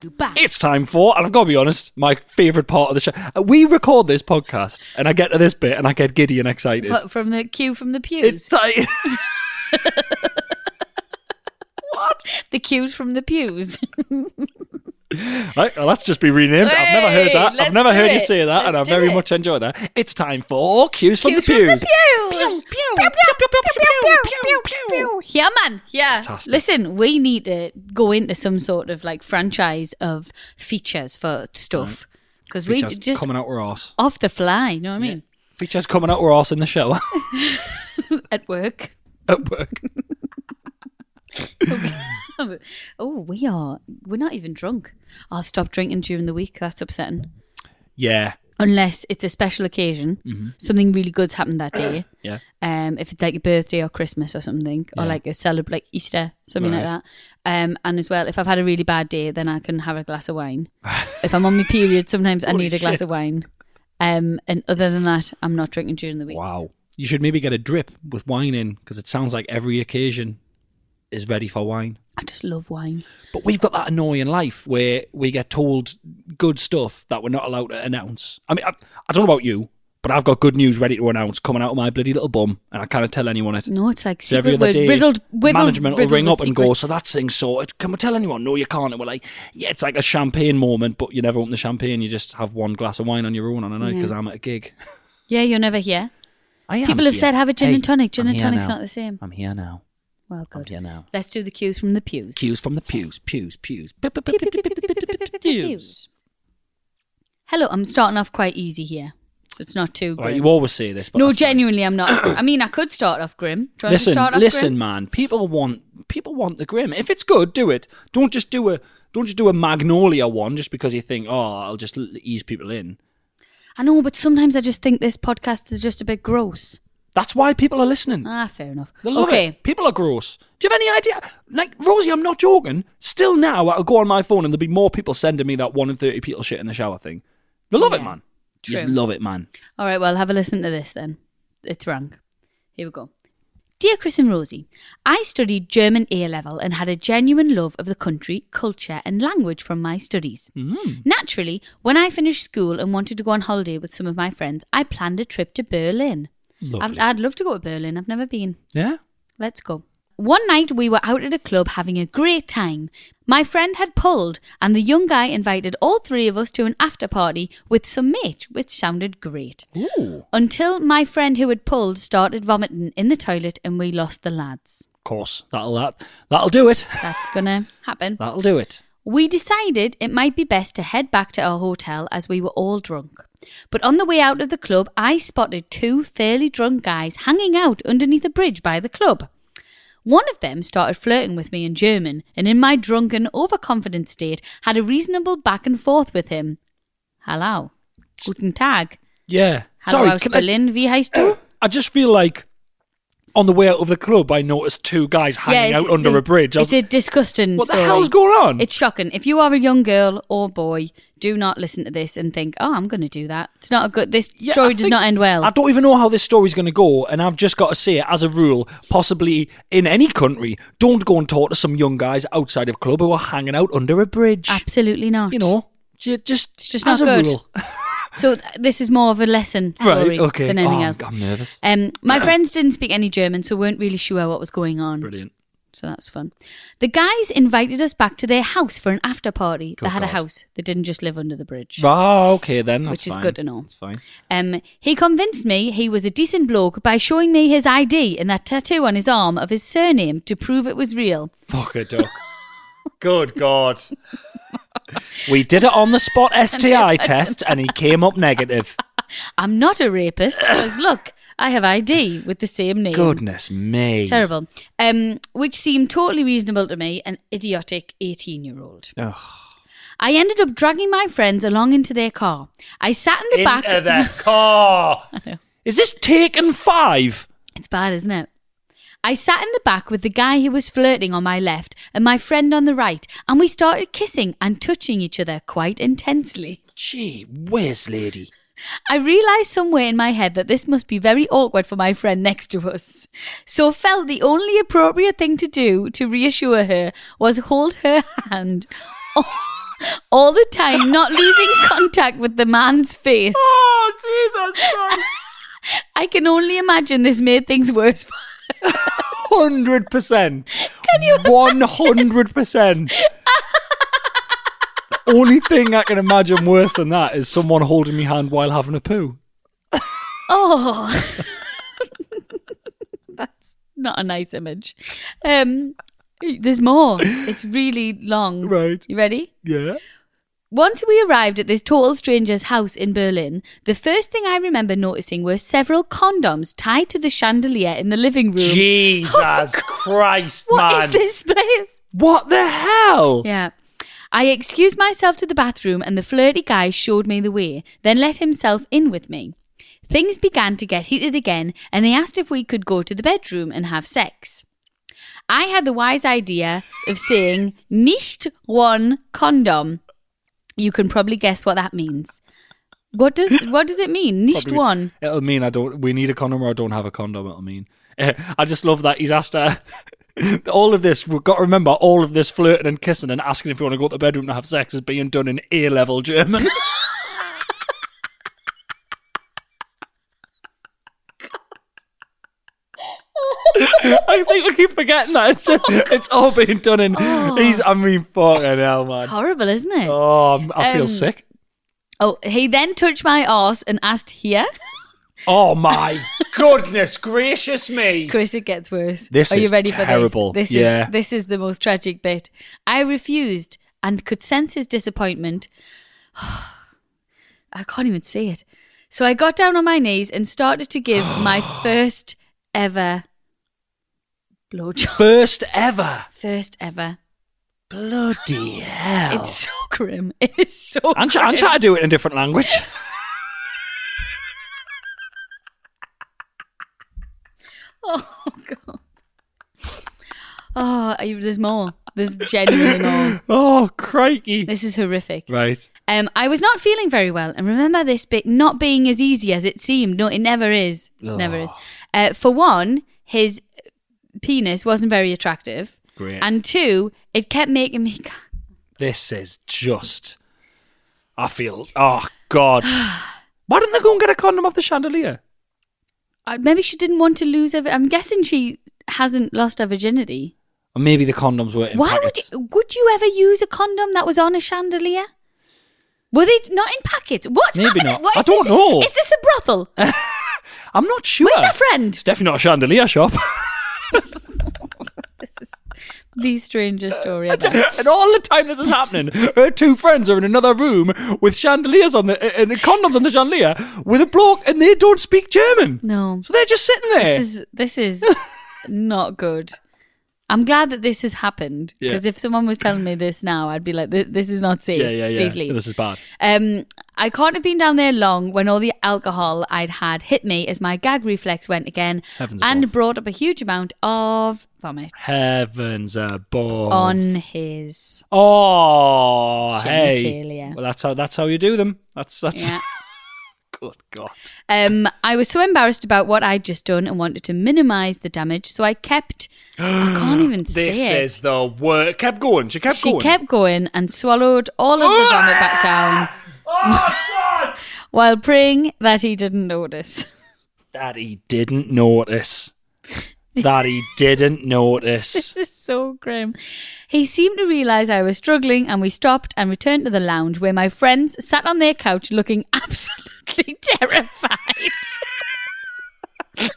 [SPEAKER 1] do back.
[SPEAKER 2] It's time for, and I've got to be honest, my favourite part of the show. Uh, We record this podcast, and I get to this bit, and I get giddy and excited.
[SPEAKER 1] What, from the cue from the
[SPEAKER 2] It's
[SPEAKER 1] pews.
[SPEAKER 2] time.
[SPEAKER 1] the cues from the pews.
[SPEAKER 2] [LAUGHS] Right, well, let's just be renamed. I've never heard
[SPEAKER 1] Hey,
[SPEAKER 2] that. I've
[SPEAKER 1] let's
[SPEAKER 2] never
[SPEAKER 1] do
[SPEAKER 2] heard you
[SPEAKER 1] it.
[SPEAKER 2] say that, and I
[SPEAKER 1] Let's do
[SPEAKER 2] very
[SPEAKER 1] it.
[SPEAKER 2] much enjoy that. It's time for cues from
[SPEAKER 1] Cues
[SPEAKER 2] the
[SPEAKER 1] from
[SPEAKER 2] pews.
[SPEAKER 1] the pews. Pew, pew, pew, pew, pew, pew. Yeah, man. Yeah.
[SPEAKER 2] Fantastic.
[SPEAKER 1] Listen, we need to go into some sort of like franchise of features for stuff because we
[SPEAKER 2] Features
[SPEAKER 1] just
[SPEAKER 2] coming out our arse.
[SPEAKER 1] off the fly. You know what I mean?
[SPEAKER 2] Features coming out our arse in the shower
[SPEAKER 1] At work.
[SPEAKER 2] [LAUGHS] at work.
[SPEAKER 1] oh, we are. We're not even drunk. I've stopped drinking during the week. That's upsetting.
[SPEAKER 2] Yeah,
[SPEAKER 1] Unless it's a special occasion, something really good's happened that day.
[SPEAKER 2] Mm-hmm. [COUGHS] yeah.
[SPEAKER 1] um, if it's like a birthday or Christmas or something, or like a celeb like Easter, something
[SPEAKER 2] Right.
[SPEAKER 1] like that. Um, and as well, if I've had a really bad day, then I can have a glass
[SPEAKER 2] [LAUGHS]
[SPEAKER 1] of wine. if I'm on my period, sometimes I
[SPEAKER 2] Holy
[SPEAKER 1] need a glass
[SPEAKER 2] shit.
[SPEAKER 1] of wine. Um, and other than that, I'm not drinking during the week.
[SPEAKER 2] Wow. You should maybe get a drip with wine in, because it sounds like every occasion is ready for wine.
[SPEAKER 1] I just love wine.
[SPEAKER 2] But we've got that annoying life where we get told good stuff that we're not allowed to announce. I mean, I, I don't know about you, but I've got good news ready to announce coming out of my bloody little bum, and I can't tell anyone it.
[SPEAKER 1] No, it's like
[SPEAKER 2] So
[SPEAKER 1] secret
[SPEAKER 2] every other
[SPEAKER 1] word-
[SPEAKER 2] day,
[SPEAKER 1] riddled, riddled,
[SPEAKER 2] management will
[SPEAKER 1] riddled
[SPEAKER 2] ring
[SPEAKER 1] with
[SPEAKER 2] up and go,
[SPEAKER 1] secrets.
[SPEAKER 2] "So that thing's sorted. Can we tell anyone?" No, you can't. And we're like, "Yeah, it's like a champagne moment, but you never open the champagne. You just have one glass of wine on your own on a night
[SPEAKER 1] Yeah.
[SPEAKER 2] because I'm at a gig."
[SPEAKER 1] yeah, you're never here.
[SPEAKER 2] I am
[SPEAKER 1] People have
[SPEAKER 2] here.
[SPEAKER 1] said, "Have a gin
[SPEAKER 2] Hey,
[SPEAKER 1] and tonic. Gin
[SPEAKER 2] I'm
[SPEAKER 1] and
[SPEAKER 2] here
[SPEAKER 1] tonic's
[SPEAKER 2] now.
[SPEAKER 1] not the same."
[SPEAKER 2] I'm here now.
[SPEAKER 1] Well,
[SPEAKER 2] I'm
[SPEAKER 1] good.
[SPEAKER 2] here now.
[SPEAKER 1] Let's do the cues from the pews.
[SPEAKER 2] Cues from the pews, pews, pews.
[SPEAKER 1] Pew, pew, pew, pew, pew, pew, pew, pew, pew,
[SPEAKER 2] Pews.
[SPEAKER 1] Hello, I'm starting off quite easy here, so it's not too.
[SPEAKER 2] Right,
[SPEAKER 1] grim.
[SPEAKER 2] you always say this, but
[SPEAKER 1] no,
[SPEAKER 2] that's fine.
[SPEAKER 1] genuinely, I'm not.
[SPEAKER 2] [COUGHS]
[SPEAKER 1] I mean, I could start off grim. Do you want me to
[SPEAKER 2] Listen,
[SPEAKER 1] start off
[SPEAKER 2] listen,
[SPEAKER 1] grim?
[SPEAKER 2] man. People want people want the grim. If it's good, do it. Don't just do a don't just do a magnolia one just because you think, oh, I'll just l- ease people in.
[SPEAKER 1] I know, but sometimes I just think this podcast is just a bit gross.
[SPEAKER 2] That's why people are listening.
[SPEAKER 1] Ah, fair enough.
[SPEAKER 2] They love
[SPEAKER 1] okay,
[SPEAKER 2] it. People are gross. Do you have any idea? Like Rosie, I'm not joking. Still now, I'll go on my phone and there'll be more people sending me that one in thirty people shit in the shower thing. They love it,
[SPEAKER 1] Yeah.
[SPEAKER 2] man. Just
[SPEAKER 1] True.
[SPEAKER 2] love it, man.
[SPEAKER 1] all right. Well, have a listen to this then. It's rank. Here we go. Dear Chris and Rosie, I studied German A level and had a genuine love of the country, culture, and language from my studies. Naturally, when I finished school and wanted to go on holiday with some of my friends, I planned a trip to Berlin. I'd,
[SPEAKER 2] Lovely.
[SPEAKER 1] I'd love to go to Berlin. I've never been.
[SPEAKER 2] yeah.
[SPEAKER 1] Let's go. One night we were out at a club having a great time. My friend had pulled, and the young guy invited all three of us to an after party with some mate, which sounded great.
[SPEAKER 2] Ooh.
[SPEAKER 1] Until my friend who had pulled started vomiting in the toilet, and we lost the lads.
[SPEAKER 2] Of course. That'll that, that'll do
[SPEAKER 1] [LAUGHS]
[SPEAKER 2] it. [LAUGHS]
[SPEAKER 1] That's gonna happen.
[SPEAKER 2] That'll do it.
[SPEAKER 1] We decided it might be best to head back to our hotel as we were all drunk. But on the way out of the club, I spotted two fairly drunk guys hanging out underneath a bridge by the club. One of them started flirting with me in German, and in my drunken, overconfident state, had a reasonable back and forth with him. Hello. Guten Tag.
[SPEAKER 2] Yeah.
[SPEAKER 1] Hello
[SPEAKER 2] Sorry,
[SPEAKER 1] aus
[SPEAKER 2] can I-
[SPEAKER 1] Berlin. Wie heißt du?
[SPEAKER 2] I just feel like on the way out of the club, I noticed two guys hanging
[SPEAKER 1] it's-
[SPEAKER 2] out under a bridge. I
[SPEAKER 1] It's
[SPEAKER 2] was-
[SPEAKER 1] a disgusting
[SPEAKER 2] what the
[SPEAKER 1] story.
[SPEAKER 2] hell's going on?
[SPEAKER 1] It's shocking. If you are a young girl or boy, do not listen to this and think, "Oh, I'm going to do that." It's not a good. This
[SPEAKER 2] Yeah,
[SPEAKER 1] story
[SPEAKER 2] I
[SPEAKER 1] does
[SPEAKER 2] think-
[SPEAKER 1] not end well.
[SPEAKER 2] I don't even know how this story's going to go, and I've just got to say it as a rule, possibly in any country, don't go and talk to some young guys outside of club who are hanging out under a bridge.
[SPEAKER 1] Absolutely not.
[SPEAKER 2] You know, ju- just
[SPEAKER 1] It's just
[SPEAKER 2] as
[SPEAKER 1] not
[SPEAKER 2] a
[SPEAKER 1] good.
[SPEAKER 2] rule. [LAUGHS]
[SPEAKER 1] So th- this is more of a lesson story
[SPEAKER 2] Right? Okay.
[SPEAKER 1] than anything
[SPEAKER 2] Oh,
[SPEAKER 1] else.
[SPEAKER 2] I'm nervous.
[SPEAKER 1] Um, my friends didn't speak any German, so weren't really sure what was going on.
[SPEAKER 2] Brilliant.
[SPEAKER 1] So that's fun. The guys invited us back to their house for an after party.
[SPEAKER 2] Good
[SPEAKER 1] they had a
[SPEAKER 2] God.
[SPEAKER 1] house. They didn't just live under the bridge.
[SPEAKER 2] Ah, okay then. That's
[SPEAKER 1] Which is
[SPEAKER 2] fine.
[SPEAKER 1] good to know.
[SPEAKER 2] That's fine.
[SPEAKER 1] Um, he convinced me he was a decent bloke by showing me his ID and that tattoo on his arm of his surname to prove it was real.
[SPEAKER 2] Fuck a duck. Good God. We did it on the spot STI test and he came up
[SPEAKER 1] [LAUGHS]
[SPEAKER 2] negative.
[SPEAKER 1] I'm not
[SPEAKER 2] [COUGHS]
[SPEAKER 1] a rapist because look, I have ID with the same name.
[SPEAKER 2] Goodness me.
[SPEAKER 1] Terrible. Um, which seemed totally reasonable to me, an idiotic 18 year old.
[SPEAKER 2] Ugh.
[SPEAKER 1] I ended up dragging my friends along into their car. I sat in the back.
[SPEAKER 2] Into the
[SPEAKER 1] [LAUGHS]
[SPEAKER 2] car. Is this taken five?
[SPEAKER 1] It's bad, isn't it? I sat in the back with the guy who was flirting on my left and my friend on the right, and we started kissing and touching each other quite intensely.
[SPEAKER 2] Gee whiz, lady.
[SPEAKER 1] I realised somewhere in my head that this must be very awkward for my friend next to us. So felt the only appropriate thing to do to reassure her was hold her hand [LAUGHS] all the time, not losing contact with the man's face.
[SPEAKER 2] Oh, Jesus Christ.
[SPEAKER 1] I can only imagine this made things worse. for-
[SPEAKER 2] [LAUGHS] hundred percent. Can you? One hundred percent. Only thing I can imagine worse than that is someone holding me hand while having a poo.
[SPEAKER 1] Oh, [LAUGHS] that's not a nice image. Um, there's more. It's really long.
[SPEAKER 2] Right.
[SPEAKER 1] You ready?
[SPEAKER 2] Yeah.
[SPEAKER 1] Once we arrived at this total stranger's house in Berlin, the first thing I remember noticing were several condoms tied to the chandelier in the living room.
[SPEAKER 2] Jesus
[SPEAKER 1] [LAUGHS]
[SPEAKER 2] Christ,
[SPEAKER 1] What is this place?
[SPEAKER 2] What the hell?
[SPEAKER 1] Yeah. I excused myself to the bathroom and the flirty guy showed me the way, then let himself in with me. Things began to get heated again and he asked if we could go to the bedroom and have sex. I had the wise idea of saying nicht one condom. You can probably guess what that means. What does what does it mean? Nicht
[SPEAKER 2] Probably-
[SPEAKER 1] one.
[SPEAKER 2] It'll mean I don't. We need a condom or I don't have a condom. It'll mean. [LAUGHS] Eh, I just love that he's asked her. [LAUGHS] all of this, we've got to remember, all of this flirting and kissing and asking if you want to go to the bedroom and have sex is being done in A level German. [LAUGHS] I think we keep forgetting that. It's, it's all being done in.
[SPEAKER 1] Oh.
[SPEAKER 2] He's, I mean, fucking hell,
[SPEAKER 1] It's
[SPEAKER 2] man.
[SPEAKER 1] horrible, isn't it?
[SPEAKER 2] Oh, I'm- I feel
[SPEAKER 1] Um,
[SPEAKER 2] sick.
[SPEAKER 1] Oh, he then touched my arse and asked here.
[SPEAKER 2] Oh,
[SPEAKER 1] [LAUGHS]
[SPEAKER 2] my goodness gracious me.
[SPEAKER 1] Chris, it gets worse.
[SPEAKER 2] This
[SPEAKER 1] Are you
[SPEAKER 2] is
[SPEAKER 1] ready
[SPEAKER 2] terrible.
[SPEAKER 1] for this? This
[SPEAKER 2] Yeah.
[SPEAKER 1] is this is the most tragic bit. I refused and could sense his disappointment. [SIGHS] I can't even say it. So I got down on my knees and started
[SPEAKER 2] [GASPS]
[SPEAKER 1] to give my first ever blowjob.
[SPEAKER 2] First ever.
[SPEAKER 1] First ever.
[SPEAKER 2] Bloody hell.
[SPEAKER 1] It's so grim. It is so.
[SPEAKER 2] I'm, try-
[SPEAKER 1] grim.
[SPEAKER 2] I'm trying to do it in a different language.
[SPEAKER 1] [LAUGHS] Oh god. Oh, I- there's more. There's genuinely more.
[SPEAKER 2] oh, crikey.
[SPEAKER 1] This is horrific.
[SPEAKER 2] Right.
[SPEAKER 1] Um, I was not feeling very well, and remember this bit not being as easy as it seemed. No, it never is. It never is. Uh, for one, his penis wasn't very attractive,
[SPEAKER 2] Great.
[SPEAKER 1] and two, it kept making me.
[SPEAKER 2] This is just. I feel. Oh,
[SPEAKER 1] [SIGHS]
[SPEAKER 2] God. Why didn't they go and get a condom off the chandelier?
[SPEAKER 1] Uh, Maybe she didn't want to lose her. I'm guessing she hasn't lost her virginity.
[SPEAKER 2] Or maybe the condoms were in
[SPEAKER 1] Why
[SPEAKER 2] packets.
[SPEAKER 1] would you, would you ever use a condom that was on a chandelier? Were they not in packets? What's
[SPEAKER 2] Maybe
[SPEAKER 1] happening?
[SPEAKER 2] not.
[SPEAKER 1] What
[SPEAKER 2] I
[SPEAKER 1] is
[SPEAKER 2] don't
[SPEAKER 1] this?
[SPEAKER 2] know.
[SPEAKER 1] Is this a
[SPEAKER 2] [LAUGHS]
[SPEAKER 1] brothel?
[SPEAKER 2] I'm not sure.
[SPEAKER 1] Where's that friend?
[SPEAKER 2] It's definitely not a chandelier shop. [LAUGHS]
[SPEAKER 1] this is the strangest
[SPEAKER 2] [LAUGHS]
[SPEAKER 1] story ever.
[SPEAKER 2] and all the time this is happening, her two friends are in another room with chandeliers on the. and condoms on the chandelier with a bloke and they don't speak German.
[SPEAKER 1] No.
[SPEAKER 2] So they're just sitting there.
[SPEAKER 1] this is this is not good. I'm glad that this has happened
[SPEAKER 2] Yeah.
[SPEAKER 1] because if someone was telling me this now, I'd be like, "Th- "This is not safe."
[SPEAKER 2] yeah, yeah, yeah.
[SPEAKER 1] Please leave.
[SPEAKER 2] This is bad.
[SPEAKER 1] Um, I can't have been down there long when all the alcohol I'd had hit me as my gag reflex went again
[SPEAKER 2] Heavens
[SPEAKER 1] and
[SPEAKER 2] above.
[SPEAKER 1] brought up a huge amount of vomit
[SPEAKER 2] Heavens above.
[SPEAKER 1] on his.
[SPEAKER 2] Oh, hey.
[SPEAKER 1] Genitalia.
[SPEAKER 2] Well, that's how that's how you do them. That's that's.
[SPEAKER 1] Yeah.
[SPEAKER 2] [LAUGHS] Good God.
[SPEAKER 1] Um, I was so embarrassed about what I'd just done and wanted to minimise the damage, so I kept. I
[SPEAKER 2] [GASPS]
[SPEAKER 1] can't even say
[SPEAKER 2] This
[SPEAKER 1] it.
[SPEAKER 2] is the worst. Kept going. She kept
[SPEAKER 1] she
[SPEAKER 2] going. Ah!
[SPEAKER 1] kept going and swallowed all of the vomit back down [LAUGHS] while praying that he didn't notice. [LAUGHS]
[SPEAKER 2] That he didn't notice. that he didn't notice.
[SPEAKER 1] this is so grim. He seemed to realise I was struggling and we stopped and returned to the lounge where my friends sat on their couch looking [LAUGHS] absolutely terrified. [LAUGHS]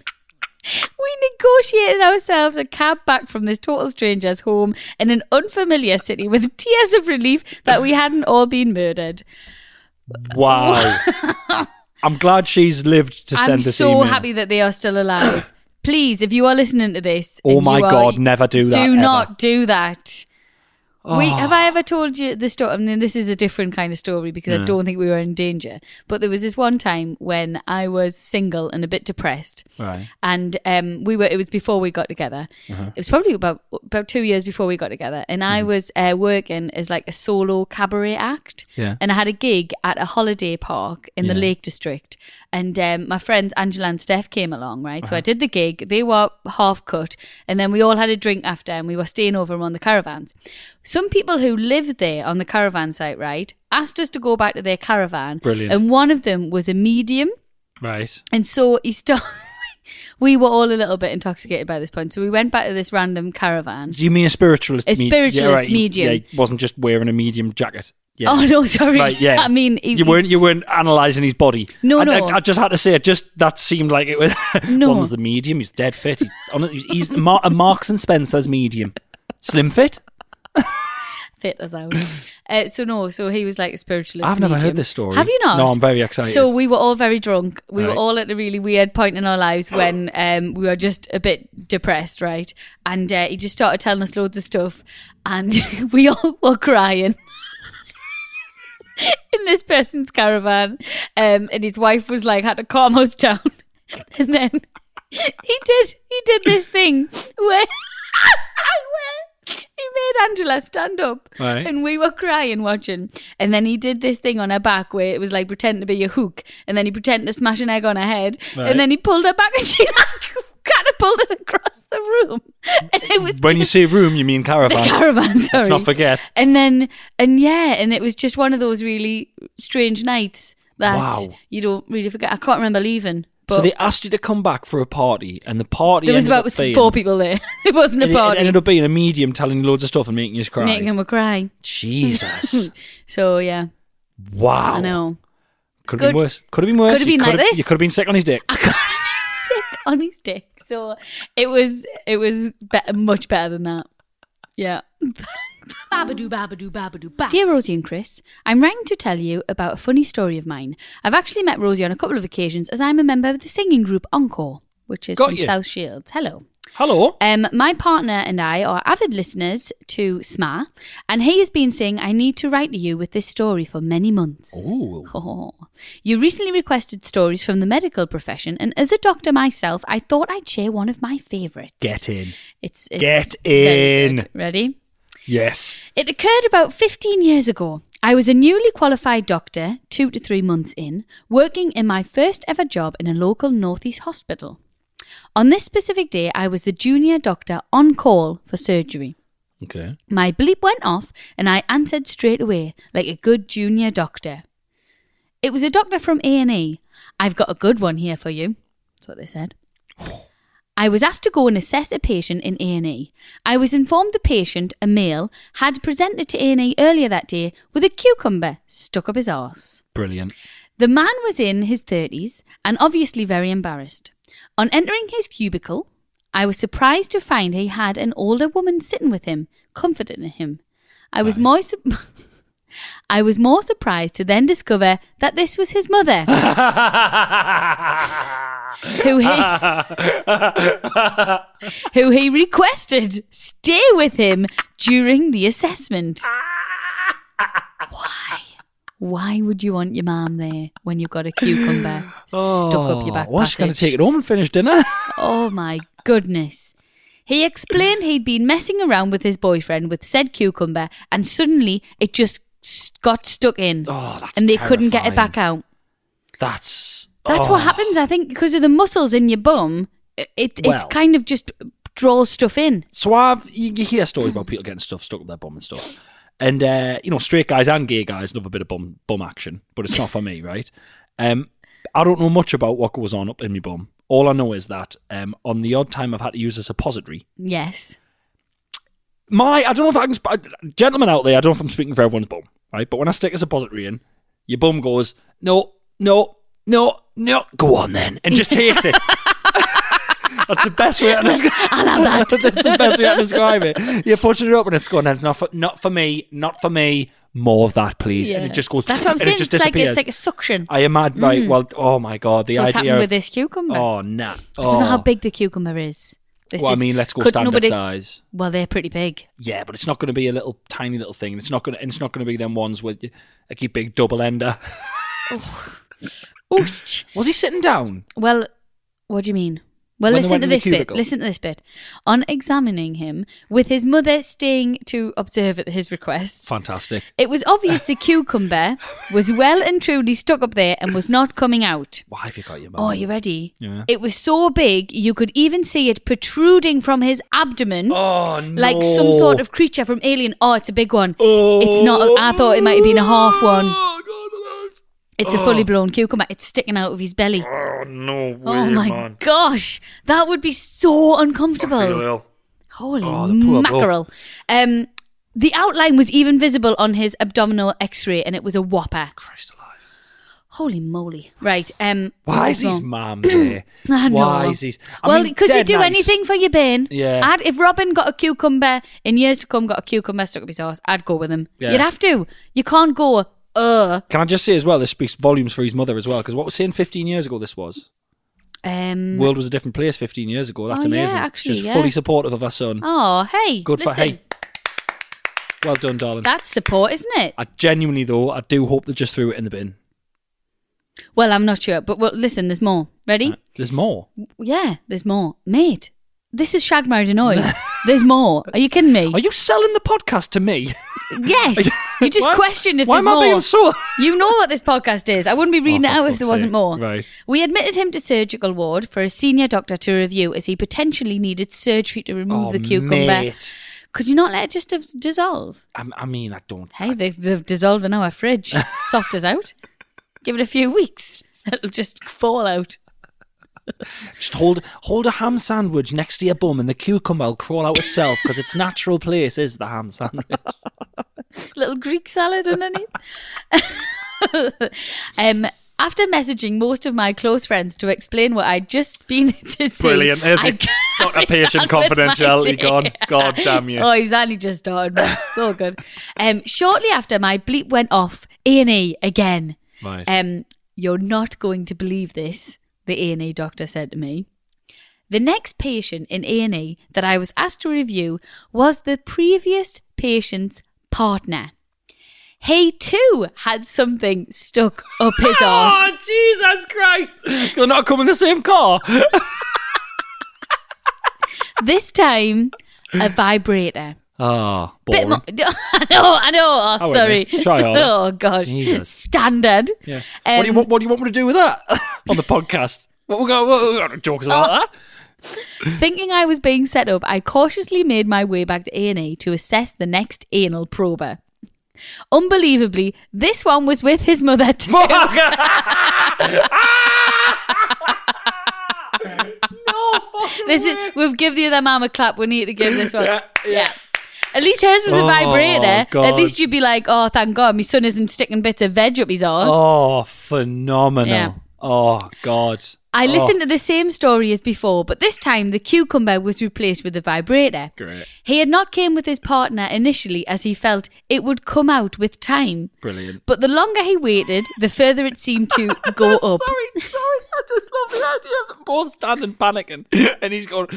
[SPEAKER 1] We negotiated ourselves a cab back from this total stranger's home in an unfamiliar city with tears of relief that we hadn't all been murdered. [LAUGHS]
[SPEAKER 2] Wow. I'm glad she's lived to send
[SPEAKER 1] I'm
[SPEAKER 2] this
[SPEAKER 1] so
[SPEAKER 2] email.
[SPEAKER 1] happy that they are still alive. [COUGHS] Please, if you are listening to this,
[SPEAKER 2] Oh
[SPEAKER 1] and
[SPEAKER 2] my
[SPEAKER 1] you are-
[SPEAKER 2] God, never do that,
[SPEAKER 1] Do
[SPEAKER 2] ever. Oh.
[SPEAKER 1] not do that. We, have I ever told you the story? I mean, this is a different kind of story because I don't think we were in danger. But there was this one time when I was single and a bit depressed,
[SPEAKER 2] Right.
[SPEAKER 1] and um, we were. It was before we got together. It was probably about about two years before we got together, and I was uh, working as like a solo cabaret act.
[SPEAKER 2] Yeah.
[SPEAKER 1] And I had a gig at a holiday park in the Lake District, And um, my friends Angela and Steph came along, right?
[SPEAKER 2] Uh-huh.
[SPEAKER 1] So I did the gig. They were half cut, and then we all had a drink after, and we were staying over on the caravans. Some people who lived there on the caravan site, right, asked us to go back to their caravan.
[SPEAKER 2] Brilliant.
[SPEAKER 1] And one of them was a medium.
[SPEAKER 2] Right.
[SPEAKER 1] And so he started. [LAUGHS] we were all a little bit intoxicated by this point, so we went back to this random caravan.
[SPEAKER 2] Do you mean a spiritualist?
[SPEAKER 1] A
[SPEAKER 2] me-
[SPEAKER 1] spiritualist
[SPEAKER 2] he-
[SPEAKER 1] medium.
[SPEAKER 2] Yeah, he wasn't just wearing a medium jacket. Yeah.
[SPEAKER 1] Oh no, sorry.
[SPEAKER 2] Right, yeah.
[SPEAKER 1] [LAUGHS] I mean, he-
[SPEAKER 2] you weren't you weren't analysing his body.
[SPEAKER 1] No,
[SPEAKER 2] I,
[SPEAKER 1] no.
[SPEAKER 2] I, I just had to say, it just that seemed like it was. [LAUGHS]
[SPEAKER 1] No.
[SPEAKER 2] one was the medium. He's dead fit. He's, on, it, he's, he's Mar- a Marks and Spencer's medium. Slim fit.
[SPEAKER 1] fit us out.
[SPEAKER 2] [COUGHS]
[SPEAKER 1] Uh, so no, so he was like a spiritualist.
[SPEAKER 2] I've never
[SPEAKER 1] medium.
[SPEAKER 2] heard this story.
[SPEAKER 1] Have you not?
[SPEAKER 2] No, I'm very excited.
[SPEAKER 1] So we were all very drunk. We were
[SPEAKER 2] Right.
[SPEAKER 1] all at a really weird point in
[SPEAKER 2] [GASPS]
[SPEAKER 1] our lives when um, we were just a bit depressed, right? And uh, he just started telling us loads of stuff, and [LAUGHS] we all were crying. [LAUGHS] In this person's caravan, um, and his wife was like had to calm us down, [LAUGHS] and then he did he did this thing where, [LAUGHS] where he made Angela stand up
[SPEAKER 2] Right.
[SPEAKER 1] and we were crying watching and then he did this thing on her back where it was like pretend to be a hook and then he pretended to smash an egg on her head
[SPEAKER 2] Right.
[SPEAKER 1] and then he pulled her back [LAUGHS] and she like catapulted across the room [LAUGHS] and it was
[SPEAKER 2] when you
[SPEAKER 1] just-
[SPEAKER 2] say room, you mean
[SPEAKER 1] the
[SPEAKER 2] caravan.
[SPEAKER 1] [LAUGHS] caravan sorry
[SPEAKER 2] Let's not forget.
[SPEAKER 1] and then and yeah and it was just one of those really strange nights that
[SPEAKER 2] Wow.
[SPEAKER 1] you don't really forget I can't remember leaving but
[SPEAKER 2] so they asked you to come back for a party, and the party
[SPEAKER 1] there was
[SPEAKER 2] ended
[SPEAKER 1] about
[SPEAKER 2] up being,
[SPEAKER 1] four people there [LAUGHS] it wasn't a
[SPEAKER 2] It,
[SPEAKER 1] party
[SPEAKER 2] it ended up being a medium telling you loads of stuff and making you cry.
[SPEAKER 1] making him cry
[SPEAKER 2] Jesus!
[SPEAKER 1] so yeah
[SPEAKER 2] wow.
[SPEAKER 1] [LAUGHS] I know
[SPEAKER 2] Could have
[SPEAKER 1] Good.
[SPEAKER 2] been worse. Could have been worse.
[SPEAKER 1] Could've
[SPEAKER 2] You
[SPEAKER 1] been like
[SPEAKER 2] could've-
[SPEAKER 1] this.
[SPEAKER 2] You could have been sick on his dick.
[SPEAKER 1] sick on his dick. So it was it was better, much better than that. Yeah.
[SPEAKER 3] Babadoo, babadoo, babadoo, ba.
[SPEAKER 1] Dear Rosie and Chris, I'm writing to tell you about a funny story of mine. I've actually met Rosie on a couple of occasions as I'm a member of the singing group Encore, which is
[SPEAKER 2] Got
[SPEAKER 1] from
[SPEAKER 2] you.
[SPEAKER 1] South Shields. Hello.
[SPEAKER 2] Hello.
[SPEAKER 1] Um, my partner and I are avid listeners to SMA, and he has been saying, I need to write to you with this story for many months.
[SPEAKER 2] Ooh.
[SPEAKER 1] Oh. [LAUGHS] You recently requested stories from the medical profession, and as a doctor myself, I thought I'd share one of my favourites.
[SPEAKER 2] Get in.
[SPEAKER 1] It's, it's
[SPEAKER 2] Get
[SPEAKER 1] very
[SPEAKER 2] in.
[SPEAKER 1] good. Ready?
[SPEAKER 2] Yes.
[SPEAKER 1] It occurred about 15 years ago. I was a newly qualified doctor, two to three months in, working in my first ever job in a local northeast hospital. On this specific day, I was the junior doctor on call for surgery.
[SPEAKER 2] Okay.
[SPEAKER 1] My bleep went off and I answered straight away, like a good junior doctor. It was a doctor from A&E. I've got a good one here for you. That's what they said. I was asked to go and assess a patient in A&E. I was informed the patient, a male, had presented to A&E earlier that day with a cucumber stuck up his arse.
[SPEAKER 2] Brilliant. [LAUGHS]
[SPEAKER 1] The man was in his 30s and obviously very embarrassed. On entering his cubicle, I was surprised to find he had an older woman sitting with him, comforting him. I was
[SPEAKER 2] Right.
[SPEAKER 1] more su- [LAUGHS] I was more surprised to then discover that this was his mother, who
[SPEAKER 2] [LAUGHS]
[SPEAKER 1] he who he requested stay with him during the assessment. Why? Why would you want your mom there when you've got
[SPEAKER 2] [GASPS]
[SPEAKER 1] a cucumber
[SPEAKER 2] Oh,
[SPEAKER 1] stuck up your back?
[SPEAKER 2] Well, she's going to
[SPEAKER 1] passage?
[SPEAKER 2] take it home and finish dinner. [LAUGHS]
[SPEAKER 1] Oh my goodness. He explained he'd been messing around with his boyfriend with said cucumber and suddenly it just s- got stuck in.
[SPEAKER 2] Oh, that's
[SPEAKER 1] and they couldn't get it
[SPEAKER 2] terrifying.
[SPEAKER 1] back out.
[SPEAKER 2] That's.
[SPEAKER 1] That's
[SPEAKER 2] oh.
[SPEAKER 1] what happens, I think, because of the muscles in your bum. It, it,
[SPEAKER 2] Well.
[SPEAKER 1] it kind of just draws stuff in.
[SPEAKER 2] So I've you, you hear stories about people getting stuff stuck up their bum and stuff, and uh, you know straight guys and gay guys love a bit of bum bum action, but it's not for me, right? Um, I don't know much about what goes on up in my bum. All I know is that um, on the odd time I've had to use a suppository,
[SPEAKER 1] Yes.
[SPEAKER 2] my I don't know if I can sp- gentlemen out there, I don't know if I'm speaking for everyone's bum, right? But when I stick a suppository in, your bum goes, No, no, no, no, go on then. And just takes it. [LAUGHS] That's the best
[SPEAKER 1] [LAUGHS]
[SPEAKER 2] way to describe I love that. [LAUGHS] That's the best way to describe it. You're pushing it up and it's going, "That's not for not for me, not for me. More of that, please. And it just goes
[SPEAKER 1] That's what I'm
[SPEAKER 2] and
[SPEAKER 1] saying.
[SPEAKER 2] it just
[SPEAKER 1] it's like
[SPEAKER 2] disappears.
[SPEAKER 1] it's like a suction.
[SPEAKER 2] I am mad, right? Well, oh my god, the
[SPEAKER 1] That's what's
[SPEAKER 2] idea
[SPEAKER 1] happened
[SPEAKER 2] of
[SPEAKER 1] with this cucumber.
[SPEAKER 2] Oh nah.
[SPEAKER 1] I don't know how
[SPEAKER 2] Oh.
[SPEAKER 1] big the cucumber is. This
[SPEAKER 2] Well, I
[SPEAKER 1] is-
[SPEAKER 2] mean, let's go
[SPEAKER 1] could
[SPEAKER 2] standard
[SPEAKER 1] nobody-
[SPEAKER 2] size.
[SPEAKER 1] Well, they're pretty big.
[SPEAKER 2] Yeah, but it's not going to be a little tiny little thing. It's not going. to It's not going to be them ones with like your big double ender. [LAUGHS]
[SPEAKER 1] Ouch.
[SPEAKER 2] [CLEARS THROAT] Was he sitting down?
[SPEAKER 1] Well, what do you mean? Well,
[SPEAKER 2] When they
[SPEAKER 1] listen
[SPEAKER 2] went
[SPEAKER 1] to
[SPEAKER 2] in the
[SPEAKER 1] this bit.
[SPEAKER 2] cubicle.
[SPEAKER 1] Listen to this bit. On examining him, with his mother staying to observe at his request,
[SPEAKER 2] Fantastic.
[SPEAKER 1] it was obvious the cucumber was well and truly stuck up there and was not coming out.
[SPEAKER 2] Why have you got your mum?
[SPEAKER 1] Oh, you ready?
[SPEAKER 2] Yeah.
[SPEAKER 1] It was so big you could even see it protruding from his abdomen.
[SPEAKER 2] Oh, no.
[SPEAKER 1] Like some sort of creature from Alien. Oh, it's a big one. It's not. A, I thought it might have been a half one.
[SPEAKER 2] Oh,
[SPEAKER 1] It's a fully blown cucumber. It's sticking out of his belly.
[SPEAKER 2] God, no way,
[SPEAKER 1] Oh my
[SPEAKER 2] man.
[SPEAKER 1] gosh, that would be so uncomfortable.
[SPEAKER 2] I feel ill.
[SPEAKER 1] Holy
[SPEAKER 2] Oh, the poor bloke.
[SPEAKER 1] mackerel. Um, the outline was even visible on his abdominal x ray, and it was a whopper.
[SPEAKER 2] Christ alive.
[SPEAKER 1] Holy moly. Right. Um,
[SPEAKER 2] Why is his
[SPEAKER 1] wrong? [CLEARS THROAT]
[SPEAKER 2] mum there?
[SPEAKER 1] I know.
[SPEAKER 2] Why is his? I
[SPEAKER 1] well,
[SPEAKER 2] mean,
[SPEAKER 1] because you
[SPEAKER 2] dead
[SPEAKER 1] do
[SPEAKER 2] nice.
[SPEAKER 1] anything for your bin.
[SPEAKER 2] Yeah.
[SPEAKER 1] I'd, if Robin got a cucumber in years to come, got a cucumber stuck up his arse, I'd go with him.
[SPEAKER 2] Yeah.
[SPEAKER 1] You'd have to. You can't go, uh.
[SPEAKER 2] Can I just say as well, this speaks volumes for his mother as well, because what was saying 15 years ago this was.
[SPEAKER 1] Um,
[SPEAKER 2] World was a different place 15 years ago. That's
[SPEAKER 1] Oh, yeah,
[SPEAKER 2] amazing.
[SPEAKER 1] actually,
[SPEAKER 2] She's
[SPEAKER 1] yeah.
[SPEAKER 2] fully supportive of her son.
[SPEAKER 1] oh, hey.
[SPEAKER 2] Good
[SPEAKER 1] listen,
[SPEAKER 2] for hey. Well done, darling.
[SPEAKER 1] That's support, isn't it?
[SPEAKER 2] I genuinely though, I do hope they just threw it in the bin.
[SPEAKER 1] Well, I'm not sure, but well, listen, there's more. Ready?
[SPEAKER 2] Right. There's more.
[SPEAKER 1] Yeah, there's more. Mate, this is Shag Married
[SPEAKER 2] [LAUGHS]
[SPEAKER 1] and Annoyed. there's more. Are you kidding me?
[SPEAKER 2] Are you selling the podcast to me?
[SPEAKER 1] yes. you just
[SPEAKER 2] [LAUGHS] Why-
[SPEAKER 1] questioned if
[SPEAKER 2] Why
[SPEAKER 1] there's
[SPEAKER 2] am I
[SPEAKER 1] more.
[SPEAKER 2] being
[SPEAKER 1] [LAUGHS]
[SPEAKER 2] so?
[SPEAKER 1] You know what this podcast is. I wouldn't be reading
[SPEAKER 2] Oh,
[SPEAKER 1] it
[SPEAKER 2] for
[SPEAKER 1] out if
[SPEAKER 2] fuck's
[SPEAKER 1] there wasn't
[SPEAKER 2] sake.
[SPEAKER 1] more.
[SPEAKER 2] Right.
[SPEAKER 1] We admitted him to surgical ward for a senior doctor to review as he potentially needed surgery to remove
[SPEAKER 2] Oh,
[SPEAKER 1] the cucumber.
[SPEAKER 2] mate.
[SPEAKER 1] Could you not let it just dis- dissolve?
[SPEAKER 2] I, I mean, I don't.
[SPEAKER 1] Hey, they've, they've dissolved in
[SPEAKER 2] [LAUGHS]
[SPEAKER 1] our fridge. Soft as out. Give it a few weeks. [LAUGHS] It'll just fall out.
[SPEAKER 2] Just hold hold a ham sandwich next to your bum, and the cucumber will crawl out itself because its natural place is the ham sandwich.
[SPEAKER 1] [LAUGHS] little Greek salad underneath. [LAUGHS] um, after messaging most of my close friends to explain what I'd just been [LAUGHS] to see, I carried on [LAUGHS] with my day.
[SPEAKER 2] God damn you.
[SPEAKER 1] Oh, he was only just started. man. It's all good. Um, shortly after, my bleep went off. A and E again.
[SPEAKER 2] Right.
[SPEAKER 1] Um, you're not going to believe this. The A and E doctor said to me. The next patient in A and E that I was asked to review was the previous patient's partner. He too had something stuck up his arse.
[SPEAKER 2] Jesus Christ! They're not coming in the same car.
[SPEAKER 1] This time, a vibrator.
[SPEAKER 2] Ah,
[SPEAKER 1] Bit
[SPEAKER 2] boring.
[SPEAKER 1] [LAUGHS] more. I know, I know. Oh,
[SPEAKER 2] Oh, wait a
[SPEAKER 1] sorry.
[SPEAKER 2] minute. Try harder.
[SPEAKER 1] [LAUGHS] Oh, gosh.
[SPEAKER 2] Jesus.
[SPEAKER 1] Standard.
[SPEAKER 2] Yeah.
[SPEAKER 1] Um,
[SPEAKER 2] what do you want? [LAUGHS] What do you want me to do with that on the podcast? What we got? What we got to jokes about
[SPEAKER 1] Oh,
[SPEAKER 2] that?
[SPEAKER 1] Thinking I was being set up, I cautiously made my way back to A&E to assess the next anal prober. Unbelievably, this one was with his mother too. [LAUGHS] this is, we've give the other mum a clap. We need to
[SPEAKER 2] [LAUGHS]
[SPEAKER 1] give this one. Yeah. At least hers was a vibrator.
[SPEAKER 2] Oh, God.
[SPEAKER 1] At least you'd be like, oh, thank God, my son isn't sticking bits of veg up his arse.
[SPEAKER 2] Oh, phenomenal!
[SPEAKER 1] Yeah.
[SPEAKER 2] Oh God!
[SPEAKER 1] I
[SPEAKER 2] Oh.
[SPEAKER 1] listened to the same story as before, but this time the cucumber was replaced with a vibrator. Great. He had not came with his partner initially as he felt it would come out with time.
[SPEAKER 2] Brilliant.
[SPEAKER 1] But the longer he waited, the further it seemed
[SPEAKER 2] [LAUGHS]
[SPEAKER 1] to go up.
[SPEAKER 2] Sorry, sorry. I just love the idea of them both standing panicking, and he's going,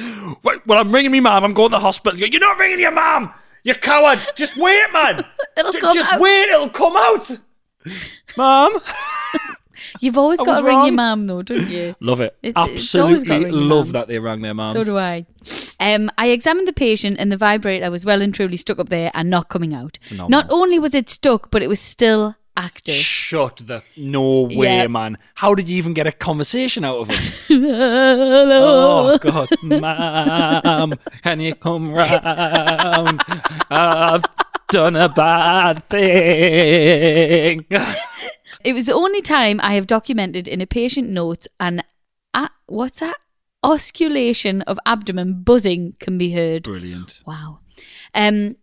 [SPEAKER 2] "Right, well, I'm ringing me mum. I'm going to the hospital." He goes, You're not ringing your mum. You coward! Just wait, man.
[SPEAKER 1] [LAUGHS] It'll
[SPEAKER 2] Ju-
[SPEAKER 1] come
[SPEAKER 2] just
[SPEAKER 1] out.
[SPEAKER 2] wait. It'll come
[SPEAKER 1] [LAUGHS]
[SPEAKER 2] out. Mum,
[SPEAKER 1] You've always
[SPEAKER 2] I
[SPEAKER 1] got
[SPEAKER 2] was
[SPEAKER 1] to ring your
[SPEAKER 2] wrong.
[SPEAKER 1] mum, though, don't you?
[SPEAKER 2] love it.
[SPEAKER 1] It's- it's always got
[SPEAKER 2] Absolutely
[SPEAKER 1] ringing
[SPEAKER 2] love
[SPEAKER 1] mum.
[SPEAKER 2] that they rang their mums.
[SPEAKER 1] So do I. Um, I examined the patient, and the vibrator was well and truly stuck up there and not coming out. Not only was it stuck, but it was still active.
[SPEAKER 2] Shut the f- no way,
[SPEAKER 1] Yeah.
[SPEAKER 2] man! How did you even get a conversation out of
[SPEAKER 1] [LAUGHS]
[SPEAKER 2] it?
[SPEAKER 1] Hello.
[SPEAKER 2] oh God, ma'am, can you come round? I've done a bad thing.
[SPEAKER 1] It was the only time I have documented in a patient note an a- what's that? Osculation of abdomen buzzing can be heard.
[SPEAKER 2] Brilliant.
[SPEAKER 1] Wow. Um,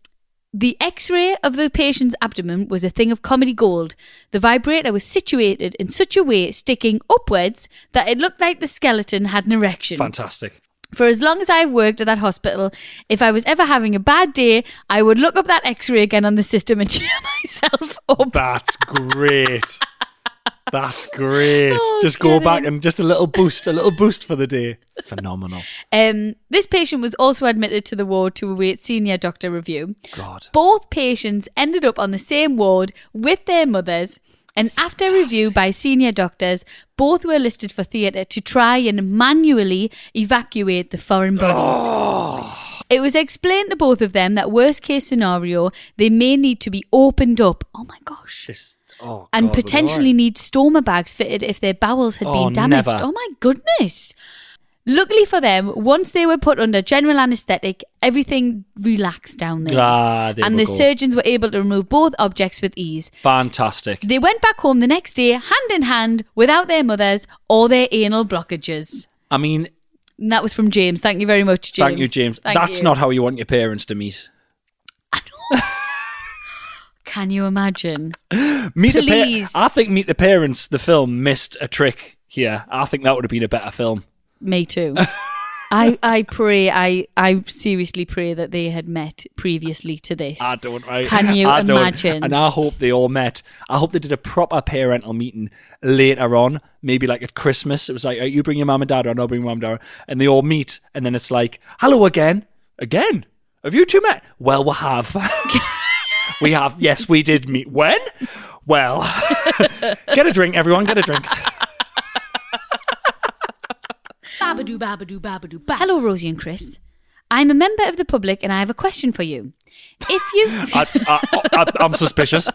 [SPEAKER 1] the x ray of the patient's abdomen was a thing of comedy gold. The vibrator was situated in such a way, sticking upwards, that it looked like the skeleton had an erection.
[SPEAKER 2] Fantastic.
[SPEAKER 1] For as long as I've worked at that hospital, if I was ever having a bad day, I would look up [LAUGHS] that x ray again on the system and cheer myself up.
[SPEAKER 2] That's great. That's great.
[SPEAKER 1] Oh,
[SPEAKER 2] just go
[SPEAKER 1] get
[SPEAKER 2] back
[SPEAKER 1] in.
[SPEAKER 2] and just a little boost, a little boost for the day. Phenomenal.
[SPEAKER 1] Um, this patient was also admitted to the ward to await senior doctor review.
[SPEAKER 2] God.
[SPEAKER 1] Both patients ended up on the same ward with their mothers, and after review by senior doctors, both were listed for theatre to try and manually evacuate the foreign bodies.
[SPEAKER 2] Oh.
[SPEAKER 1] It was explained to both of them that worst case scenario, they may need to be opened up. Oh my gosh.
[SPEAKER 2] This- oh,
[SPEAKER 1] And
[SPEAKER 2] God, we're
[SPEAKER 1] potentially
[SPEAKER 2] alright.
[SPEAKER 1] need stomacher bags fitted if their bowels had
[SPEAKER 2] Oh,
[SPEAKER 1] been damaged.
[SPEAKER 2] never.
[SPEAKER 1] Oh my goodness. Luckily for them, once they were put under general anaesthetic, everything relaxed down there.
[SPEAKER 2] Ah, there
[SPEAKER 1] and
[SPEAKER 2] we
[SPEAKER 1] the
[SPEAKER 2] go.
[SPEAKER 1] surgeons were able to remove both objects with ease.
[SPEAKER 2] Fantastic.
[SPEAKER 1] They went back home the next day, hand in hand, without their mothers or their anal blockages.
[SPEAKER 2] I mean,
[SPEAKER 1] And that was from James. Thank you very much, James.
[SPEAKER 2] thank you, James.
[SPEAKER 1] Thank
[SPEAKER 2] That's
[SPEAKER 1] you.
[SPEAKER 2] not how you want your parents to meet.
[SPEAKER 1] Can you imagine?
[SPEAKER 2] Meet
[SPEAKER 1] Please.
[SPEAKER 2] the pa- I think Meet the Parents, the film, missed a trick here. I think that would have been a better film. [LAUGHS]
[SPEAKER 1] Me too. I I pray I I seriously pray that they had met previously to this.
[SPEAKER 2] I don't right.
[SPEAKER 1] Can you
[SPEAKER 2] I don't.
[SPEAKER 1] imagine?
[SPEAKER 2] And I hope they all met. I hope they did a proper parental meeting later on, maybe like at Christmas. It was like, "Right, you bring your mum and dad, or I'll bring mum and dad, and they all meet, and then it's like, "Hello again, again. Have you two met? Well, we have. [LAUGHS] we have. Yes, we did meet. When? Well, [LAUGHS] get a drink, everyone. Get a drink.
[SPEAKER 1] Babadoo, babadoo, babadoo, ba- Hello, Rosie and Chris. I'm a member of the public and I have a question for you. If you
[SPEAKER 2] [LAUGHS] I, I, I, I'm [LAUGHS] suspicious.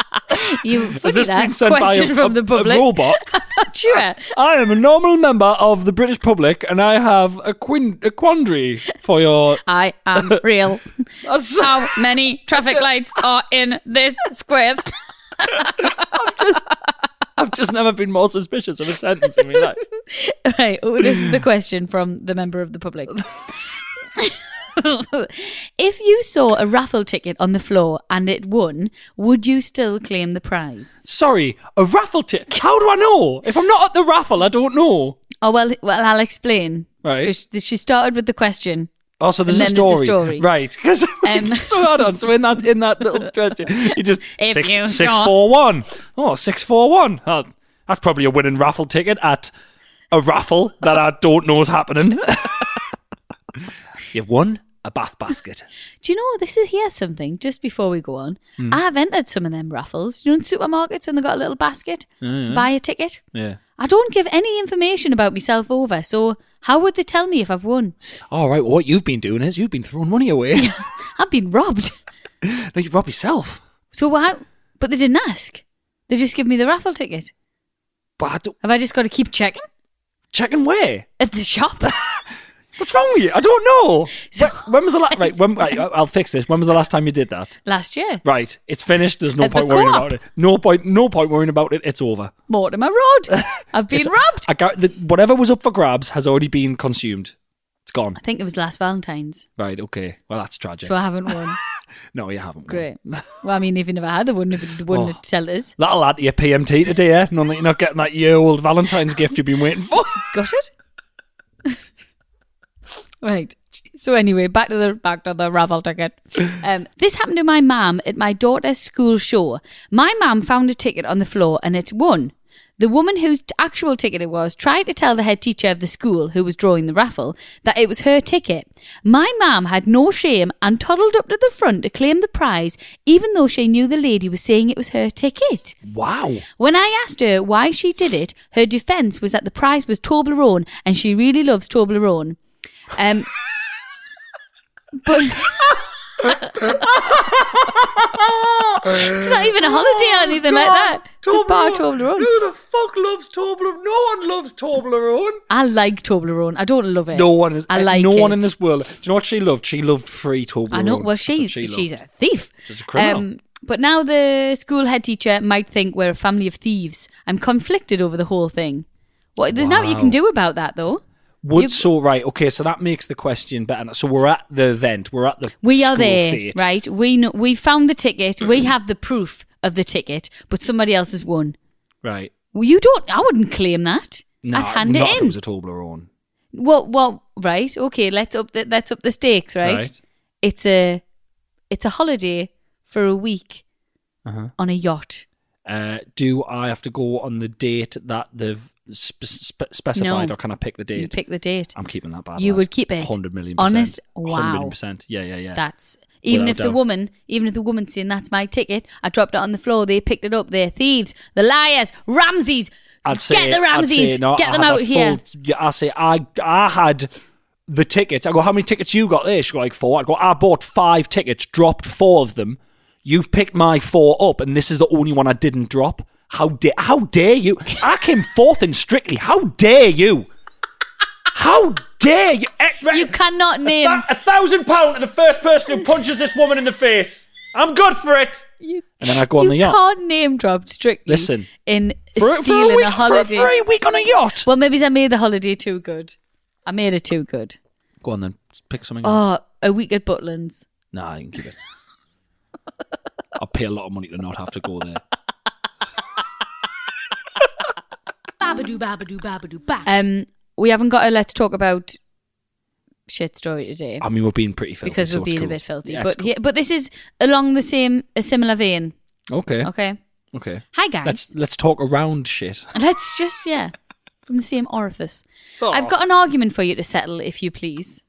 [SPEAKER 1] [LAUGHS] you
[SPEAKER 2] Has
[SPEAKER 1] funny
[SPEAKER 2] this
[SPEAKER 1] that
[SPEAKER 2] been sent by
[SPEAKER 1] question
[SPEAKER 2] a,
[SPEAKER 1] from
[SPEAKER 2] a-
[SPEAKER 1] the
[SPEAKER 2] a
[SPEAKER 1] public, [LAUGHS]
[SPEAKER 2] robot?
[SPEAKER 1] sure.
[SPEAKER 2] [LAUGHS] I am a normal member of the British public, and I have a, quin- a quandary for your.
[SPEAKER 1] I
[SPEAKER 2] [LAUGHS]
[SPEAKER 1] am real.
[SPEAKER 2] That's-
[SPEAKER 1] How many
[SPEAKER 2] [LAUGHS]
[SPEAKER 1] traffic lights are in this square?
[SPEAKER 2] I've just never been more suspicious of a sentence in my life.
[SPEAKER 1] right. Oh, this is the question from the member of
[SPEAKER 2] [LAUGHS]
[SPEAKER 1] the public. if you saw a raffle ticket on the floor and it won, would you still claim the prize?
[SPEAKER 2] Sorry, a raffle ticket. How do I know? If I'm not at the raffle, I don't know.
[SPEAKER 1] Oh well, well I'll explain.
[SPEAKER 2] Right.
[SPEAKER 1] 'Cause She, she started with the question.
[SPEAKER 2] Oh, so there's,
[SPEAKER 1] And
[SPEAKER 2] a,
[SPEAKER 1] then there's a
[SPEAKER 2] story.
[SPEAKER 1] story.
[SPEAKER 2] right? [LAUGHS] Because
[SPEAKER 1] Um.
[SPEAKER 2] so hold on. So in that in that
[SPEAKER 1] [LAUGHS]
[SPEAKER 2] little question, you just
[SPEAKER 1] If
[SPEAKER 2] six,
[SPEAKER 1] you
[SPEAKER 2] six
[SPEAKER 1] saw-
[SPEAKER 2] four one. Oh, six four one. Oh, that's probably a winning raffle ticket at a raffle that I don't know is happening. [LAUGHS] You've won a bath basket.
[SPEAKER 1] Do you know this is here's something? Just before we go on,
[SPEAKER 2] Hmm.
[SPEAKER 1] I have entered some of them raffles. You know, in supermarkets when they got a little basket, buy a ticket.
[SPEAKER 2] Yeah.
[SPEAKER 1] I don't give any information about myself over, so how would they tell me if I've won?
[SPEAKER 2] All right. Well, what you've been doing is you've been throwing money away.
[SPEAKER 1] I've been robbed.
[SPEAKER 2] [LAUGHS]
[SPEAKER 1] [LAUGHS]
[SPEAKER 2] no, you rob yourself.
[SPEAKER 1] So why? But they didn't ask. They just give me the raffle ticket.
[SPEAKER 2] But I don't,
[SPEAKER 1] Have I just got to keep checking
[SPEAKER 2] checking where?
[SPEAKER 1] at the shop? [LAUGHS]
[SPEAKER 2] What's wrong with you? I don't know.
[SPEAKER 1] So-
[SPEAKER 2] when, when was the
[SPEAKER 1] [LAUGHS]
[SPEAKER 2] last? Right, when, right, I- I'll fix this. When was the last time you did that?
[SPEAKER 1] Last year,
[SPEAKER 2] Right, it's finished. There's no
[SPEAKER 1] At the
[SPEAKER 2] point worrying
[SPEAKER 1] co-op.
[SPEAKER 2] about it. No point. No point worrying about it. It's over.
[SPEAKER 1] Mortimer Road. I've been robbed.
[SPEAKER 2] I gar- the, whatever was up for grabs has already been consumed. It's gone.
[SPEAKER 1] I think it was last Valentine's,
[SPEAKER 2] Right. Okay. Well, that's tragic.
[SPEAKER 1] so I haven't won.
[SPEAKER 2] no, you haven't. won.
[SPEAKER 1] Great. Well, I mean, if you never had, they wouldn't have, wouldn't
[SPEAKER 2] Oh.
[SPEAKER 1] have tell us.
[SPEAKER 2] That'll add to your PMT today, eh? None that you're not getting that year old Valentine's gift you've been waiting [LAUGHS] for.
[SPEAKER 1] Got it? right. So anyway, back to the back to the raffle ticket. Um, this happened to my mum at my daughter's school show. My mum found a ticket on the floor and it won. The woman whose t- actual ticket it was tried to tell the head teacher of the school, who was drawing the raffle, that it was her ticket. My mum had no shame and toddled up to the front to claim the prize, even though she knew the lady was saying it was her ticket.
[SPEAKER 2] Wow.
[SPEAKER 1] When I asked her why she did it, her defence was that the prize was Toblerone and she really loves Toblerone.
[SPEAKER 2] [LAUGHS]
[SPEAKER 1] Um, but it's not even a
[SPEAKER 2] Oh,
[SPEAKER 1] holiday or anything like that. It's a bar Toblerone.
[SPEAKER 2] the fuck loves Toblerone? No one loves Toblerone.
[SPEAKER 1] I like Toblerone. I don't love it.
[SPEAKER 2] No one is. uh,
[SPEAKER 1] I like
[SPEAKER 2] no one
[SPEAKER 1] it.
[SPEAKER 2] in this world. Do you know what she loved? She loved free Toblerone.
[SPEAKER 1] I know. Well,
[SPEAKER 2] That's what
[SPEAKER 1] she's
[SPEAKER 2] she
[SPEAKER 1] she's
[SPEAKER 2] loved.
[SPEAKER 1] a thief. Um,
[SPEAKER 2] She's a criminal.
[SPEAKER 1] but now the school head teacher might think we're a family of thieves. I'm conflicted over the whole thing. Well, there's not what you
[SPEAKER 2] Wow.
[SPEAKER 1] can do about that though.
[SPEAKER 2] Would
[SPEAKER 1] You-
[SPEAKER 2] so right? Okay, so that makes the question better. So we're at the event. We're at the
[SPEAKER 1] We
[SPEAKER 2] school
[SPEAKER 1] are
[SPEAKER 2] Mm-hmm.
[SPEAKER 1] there,
[SPEAKER 2] theatre.
[SPEAKER 1] right? We know, we found the ticket. we have the proof of the ticket, but somebody else has won.
[SPEAKER 2] Right.
[SPEAKER 1] Well, you don't. I wouldn't claim that.
[SPEAKER 2] No,
[SPEAKER 1] I'd hand
[SPEAKER 2] not
[SPEAKER 1] it
[SPEAKER 2] If
[SPEAKER 1] in.
[SPEAKER 2] it was a Toblerone,
[SPEAKER 1] well, well, right? Okay, let's up the let's up the stakes, right? It's a it's a holiday for a week
[SPEAKER 2] Uh-huh.
[SPEAKER 1] on a yacht
[SPEAKER 2] Uh, do I have to go on the date that they've spe- spe- specified,
[SPEAKER 1] No.
[SPEAKER 2] or can I pick the
[SPEAKER 1] You
[SPEAKER 2] date?
[SPEAKER 1] pick the date.
[SPEAKER 2] I'm keeping that bad.
[SPEAKER 1] You
[SPEAKER 2] lad.
[SPEAKER 1] would keep it.
[SPEAKER 2] 100 million percent.
[SPEAKER 1] Honest.
[SPEAKER 2] 100 million
[SPEAKER 1] Wow.
[SPEAKER 2] percent. Yeah, yeah, yeah.
[SPEAKER 1] That's even
[SPEAKER 2] Without
[SPEAKER 1] if the
[SPEAKER 2] doubt.
[SPEAKER 1] woman, even if the woman's saying that's my ticket, I dropped it on the floor. They picked it up. They're thieves. The liars. Ramses.
[SPEAKER 2] I'd say,
[SPEAKER 1] Get the
[SPEAKER 2] I'd
[SPEAKER 1] Ramses.
[SPEAKER 2] say, no, I
[SPEAKER 1] Get them
[SPEAKER 2] had
[SPEAKER 1] out
[SPEAKER 2] a
[SPEAKER 1] here.
[SPEAKER 2] full- yeah, I say, I, I had the tickets. I go, how many tickets you got there? She go, like four. I go, I bought five tickets, dropped four of them. You've picked my four up, and this is the only one I didn't drop. How dare, how dare you? I came [LAUGHS] fourth in Strictly. How dare you? How dare you? Eh, right.
[SPEAKER 1] You cannot
[SPEAKER 2] A
[SPEAKER 1] name.
[SPEAKER 2] thou- a thousand pound to the first person who punches this woman in the face. I'm good for it. and then I go on
[SPEAKER 1] You
[SPEAKER 2] the yacht.
[SPEAKER 1] can't name drop strictly.
[SPEAKER 2] Listen.
[SPEAKER 1] in
[SPEAKER 2] For, for
[SPEAKER 1] stealing
[SPEAKER 2] a week,
[SPEAKER 1] holiday.
[SPEAKER 2] For a free week on a yacht.
[SPEAKER 1] Well, maybe I made the holiday too good. I made it too good.
[SPEAKER 2] Go on then. Pick something.
[SPEAKER 1] Oh, a week at Butlins.
[SPEAKER 2] Nah, I can
[SPEAKER 1] [LAUGHS]
[SPEAKER 2] keep it. I'll pay a lot of money to not have to go there.
[SPEAKER 3] Babadoo, babadoo, babadoo, ba.
[SPEAKER 1] Um, we haven't got a let's talk about shit story today
[SPEAKER 2] I mean, we're being pretty filthy.
[SPEAKER 1] because
[SPEAKER 2] so
[SPEAKER 1] we're
[SPEAKER 2] it's
[SPEAKER 1] being
[SPEAKER 2] cool.
[SPEAKER 1] a bit filthy.
[SPEAKER 2] Yeah, it's
[SPEAKER 1] but yeah, but this is along the same a similar vein.
[SPEAKER 2] cool. okay,
[SPEAKER 1] Okay,
[SPEAKER 2] okay.
[SPEAKER 1] hi guys.
[SPEAKER 2] Let's let's talk around shit.
[SPEAKER 1] Let's just yeah, from the same orifice.
[SPEAKER 2] Oh.
[SPEAKER 1] I've got an argument for you to settle, if you please.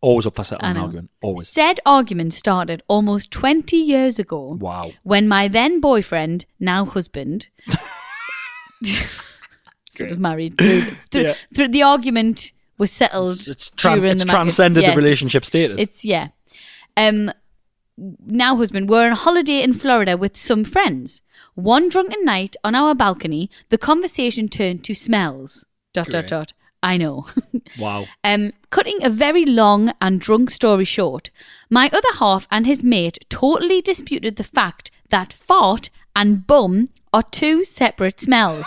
[SPEAKER 2] Always up for
[SPEAKER 1] I
[SPEAKER 2] settling an
[SPEAKER 1] know.
[SPEAKER 2] argument. Always.
[SPEAKER 1] Said argument started almost twenty years ago.
[SPEAKER 2] Wow.
[SPEAKER 1] when my then boyfriend,
[SPEAKER 2] [LAUGHS]
[SPEAKER 1] now husband, sort of
[SPEAKER 2] [LAUGHS]
[SPEAKER 1] married through, through,
[SPEAKER 2] Yeah.
[SPEAKER 1] through the argument was settled.
[SPEAKER 2] It's- it's tran-
[SPEAKER 1] during
[SPEAKER 2] it's
[SPEAKER 1] the marriage.
[SPEAKER 2] transcended the
[SPEAKER 1] Yes,
[SPEAKER 2] relationship
[SPEAKER 1] it's-
[SPEAKER 2] status.
[SPEAKER 1] It's yeah. Um, now husband, were on holiday in Florida with some friends. One drunken night on our balcony, the conversation turned to smells. Dot
[SPEAKER 2] Great.
[SPEAKER 1] dot dot. I know.
[SPEAKER 2] Wow.
[SPEAKER 1] Um, cutting a very long and drunk story short, my other half and his mate totally disputed the fact that fart and bum are two separate [LAUGHS] smells.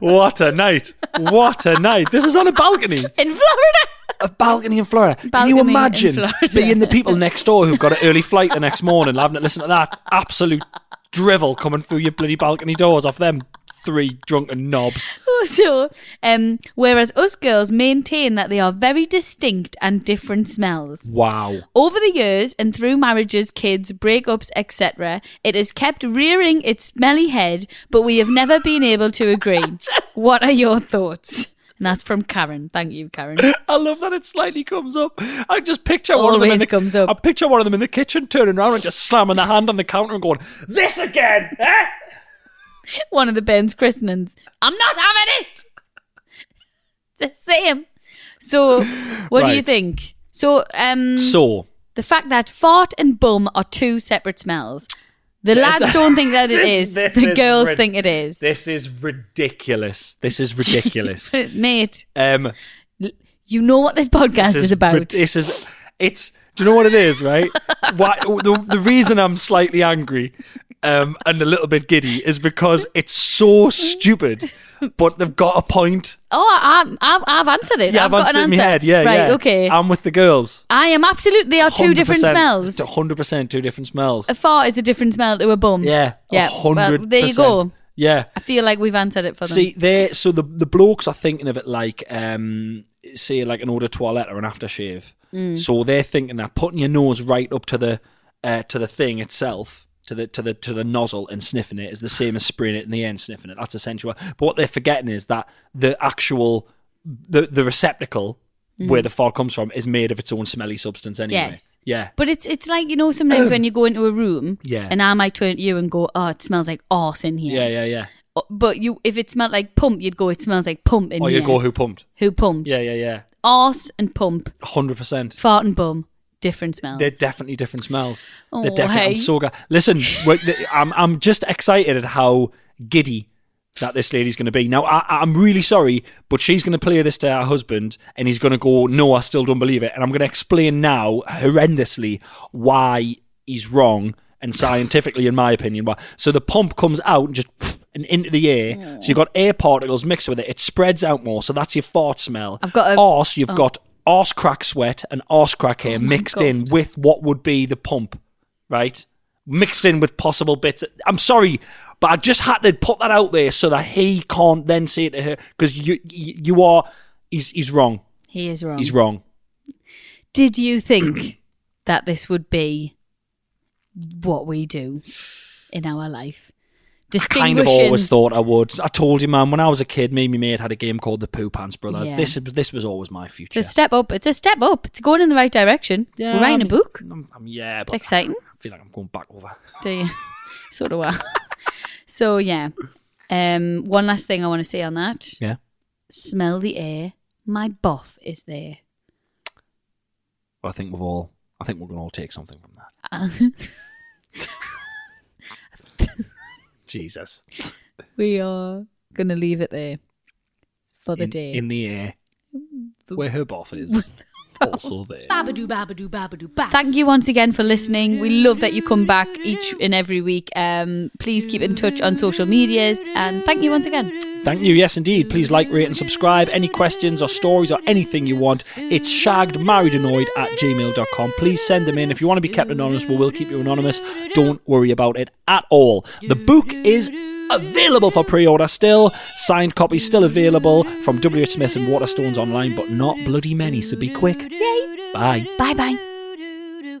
[SPEAKER 2] What a night. What a night. This is on a balcony.
[SPEAKER 1] In [LAUGHS] Florida!
[SPEAKER 2] A balcony in Florida. Can you
[SPEAKER 1] Balcony in
[SPEAKER 2] imagine
[SPEAKER 1] Florida.
[SPEAKER 2] being the people next door who've got an early flight the next morning having to listen to that absolute drivel coming through your bloody balcony doors off them three drunken knobs?
[SPEAKER 1] Oh, so, um, whereas us girls maintain that they are very distinct and different smells.
[SPEAKER 2] Wow.
[SPEAKER 1] Over the years and through marriages, kids, breakups, etc., it has kept rearing its smelly head, but we have never been able to [LAUGHS] agree. What are your thoughts? And that's from Karen. Thank you, Karen.
[SPEAKER 2] I love that it slightly comes up. I just picture one of them. In
[SPEAKER 1] Always
[SPEAKER 2] the,
[SPEAKER 1] comes up.
[SPEAKER 2] I picture one of them in the kitchen turning around and just slamming their hand on the counter and going, "This again, eh?"
[SPEAKER 1] One of the Ben's christenings. I'm not having it. [LAUGHS] It's the same. So, what do you
[SPEAKER 2] Right.
[SPEAKER 1] think? So, um,
[SPEAKER 2] So
[SPEAKER 1] the fact that fart and bum are two separate smells. The lads don't think
[SPEAKER 2] [LAUGHS]
[SPEAKER 1] that it
[SPEAKER 2] This-
[SPEAKER 1] is.
[SPEAKER 2] this
[SPEAKER 1] the
[SPEAKER 2] is
[SPEAKER 1] girls
[SPEAKER 2] rid-
[SPEAKER 1] think it is.
[SPEAKER 2] this is ridiculous. This is
[SPEAKER 1] [LAUGHS]
[SPEAKER 2] ridiculous.
[SPEAKER 1] Mate,
[SPEAKER 2] um,
[SPEAKER 1] you know what this podcast
[SPEAKER 2] this
[SPEAKER 1] is,
[SPEAKER 2] is
[SPEAKER 1] about.
[SPEAKER 2] rid- This is it's. Do you know what it is?
[SPEAKER 1] [LAUGHS]
[SPEAKER 2] Right. Why the, the reason I'm slightly angry um, and a little bit giddy is because it's so stupid, but they've got a point.
[SPEAKER 1] Oh, I, I, I've answered it.
[SPEAKER 2] Yeah,
[SPEAKER 1] I've,
[SPEAKER 2] I've,
[SPEAKER 1] got
[SPEAKER 2] answered
[SPEAKER 1] an
[SPEAKER 2] it in
[SPEAKER 1] answer.
[SPEAKER 2] my head. Yeah,
[SPEAKER 1] right.
[SPEAKER 2] yeah.
[SPEAKER 1] Okay.
[SPEAKER 2] I'm with the girls.
[SPEAKER 1] I am absolutely. They are two different smells.
[SPEAKER 2] Hundred percent, two different smells.
[SPEAKER 1] A fart is a different smell to a bum.
[SPEAKER 2] Yeah,
[SPEAKER 1] Yeah. Well,
[SPEAKER 2] 100%.
[SPEAKER 1] there you go.
[SPEAKER 2] Yeah.
[SPEAKER 1] I feel like we've answered it for them.
[SPEAKER 2] See, there. So the the blokes are thinking of it like, um, say, like an eau de toilette or an aftershave.
[SPEAKER 1] Mm.
[SPEAKER 2] So they're thinking that putting your nose right up to the uh, to the thing itself. To the to the to the nozzle and sniffing it is the same as spraying it in the air and sniffing it. That's essential. But what they're forgetting is that the actual the the receptacle where the fart comes from is made of its own smelly substance anyway.
[SPEAKER 1] Mm. Yes.
[SPEAKER 2] Yeah.
[SPEAKER 1] But it's it's like you know sometimes when you go into a room,
[SPEAKER 2] [CLEARS THROAT] Yeah.
[SPEAKER 1] and I might turn to you and go, "Oh, it smells like arse in here."
[SPEAKER 2] Yeah. Yeah. Yeah.
[SPEAKER 1] Uh, But you, if it smelled like pump, you'd go, "It smells like pump in
[SPEAKER 2] Or
[SPEAKER 1] here."
[SPEAKER 2] you Oh, go who pumped.
[SPEAKER 1] who Oh, pumped?
[SPEAKER 2] Yeah, yeah, yeah.
[SPEAKER 1] Arse and pump,
[SPEAKER 2] Hundred percent.
[SPEAKER 1] fart and bum, different smells.
[SPEAKER 2] They're definitely different smells.
[SPEAKER 1] Oh,
[SPEAKER 2] They're definitely.
[SPEAKER 1] hey.
[SPEAKER 2] I'm so glad. Listen, we're- th- I'm I'm just excited at how giddy that this lady's going to be. Now, I, I'm really sorry, but she's going to play this to her husband, and he's going to go, "No, I still don't believe it." And I'm going to explain now horrendously why he's wrong and scientifically, in my opinion, why. So the pump comes out and just. And into the air, so you've got air particles mixed with it. It spreads out more, so that's your fart smell.
[SPEAKER 1] I've got a- oh.
[SPEAKER 2] arse. You've got arse crack sweat and arse crack hair mixed in with what would be the pump right? Mixed in with possible bits. I'm sorry, but I just had to put that out there so that he can't then say it to her because you, you you are he's he's wrong.
[SPEAKER 1] He is wrong.
[SPEAKER 2] He's wrong.
[SPEAKER 1] Did you think [CLEARS THROAT] that this would be what we do in our life?
[SPEAKER 2] Kind
[SPEAKER 1] Distinguishing.
[SPEAKER 2] of always thought I would. I told you, man, when I was a kid, me and my mate had a game called the Poo Pants Brothers.
[SPEAKER 1] Yeah.
[SPEAKER 2] This This this was always my
[SPEAKER 1] it's
[SPEAKER 2] future.
[SPEAKER 1] a step up. It's a step up. It's going in the right direction. We're writing
[SPEAKER 2] I
[SPEAKER 1] a book.
[SPEAKER 2] mean, I'm- I'm- yeah,
[SPEAKER 1] It's
[SPEAKER 2] but
[SPEAKER 1] exciting.
[SPEAKER 2] I feel like I'm going back over.
[SPEAKER 1] Do you? [LAUGHS] so do I. so yeah. Um, one last thing I want to say on that.
[SPEAKER 2] Yeah.
[SPEAKER 1] Smell the air. My boff is there.
[SPEAKER 2] But I think we've all. I think we're going to all take something from that.
[SPEAKER 1] Uh, [LAUGHS]
[SPEAKER 2] [LAUGHS] Jesus.
[SPEAKER 1] we are gonna leave it there for the
[SPEAKER 2] in,
[SPEAKER 1] day.
[SPEAKER 2] in the air, where her boff is, also there.
[SPEAKER 3] Babadoo, babadoo, babadoo, babadoo.
[SPEAKER 1] Thank you once again for listening. We love that you come back each and every week. Um, please keep in touch on social medias, and thank you once again.
[SPEAKER 2] Thank you. Yes, indeed. Please like, rate, and subscribe. Any questions or stories or anything you want, it's shaggedmarriedannoyed at gmail.com. Please send them in. If you want to be kept anonymous, we will keep you anonymous. Don't worry about it at all. The book is available for pre order still. Signed copy still available from W.H. Smith and Waterstones online, but not bloody many, so be quick. Bye.
[SPEAKER 1] Bye bye.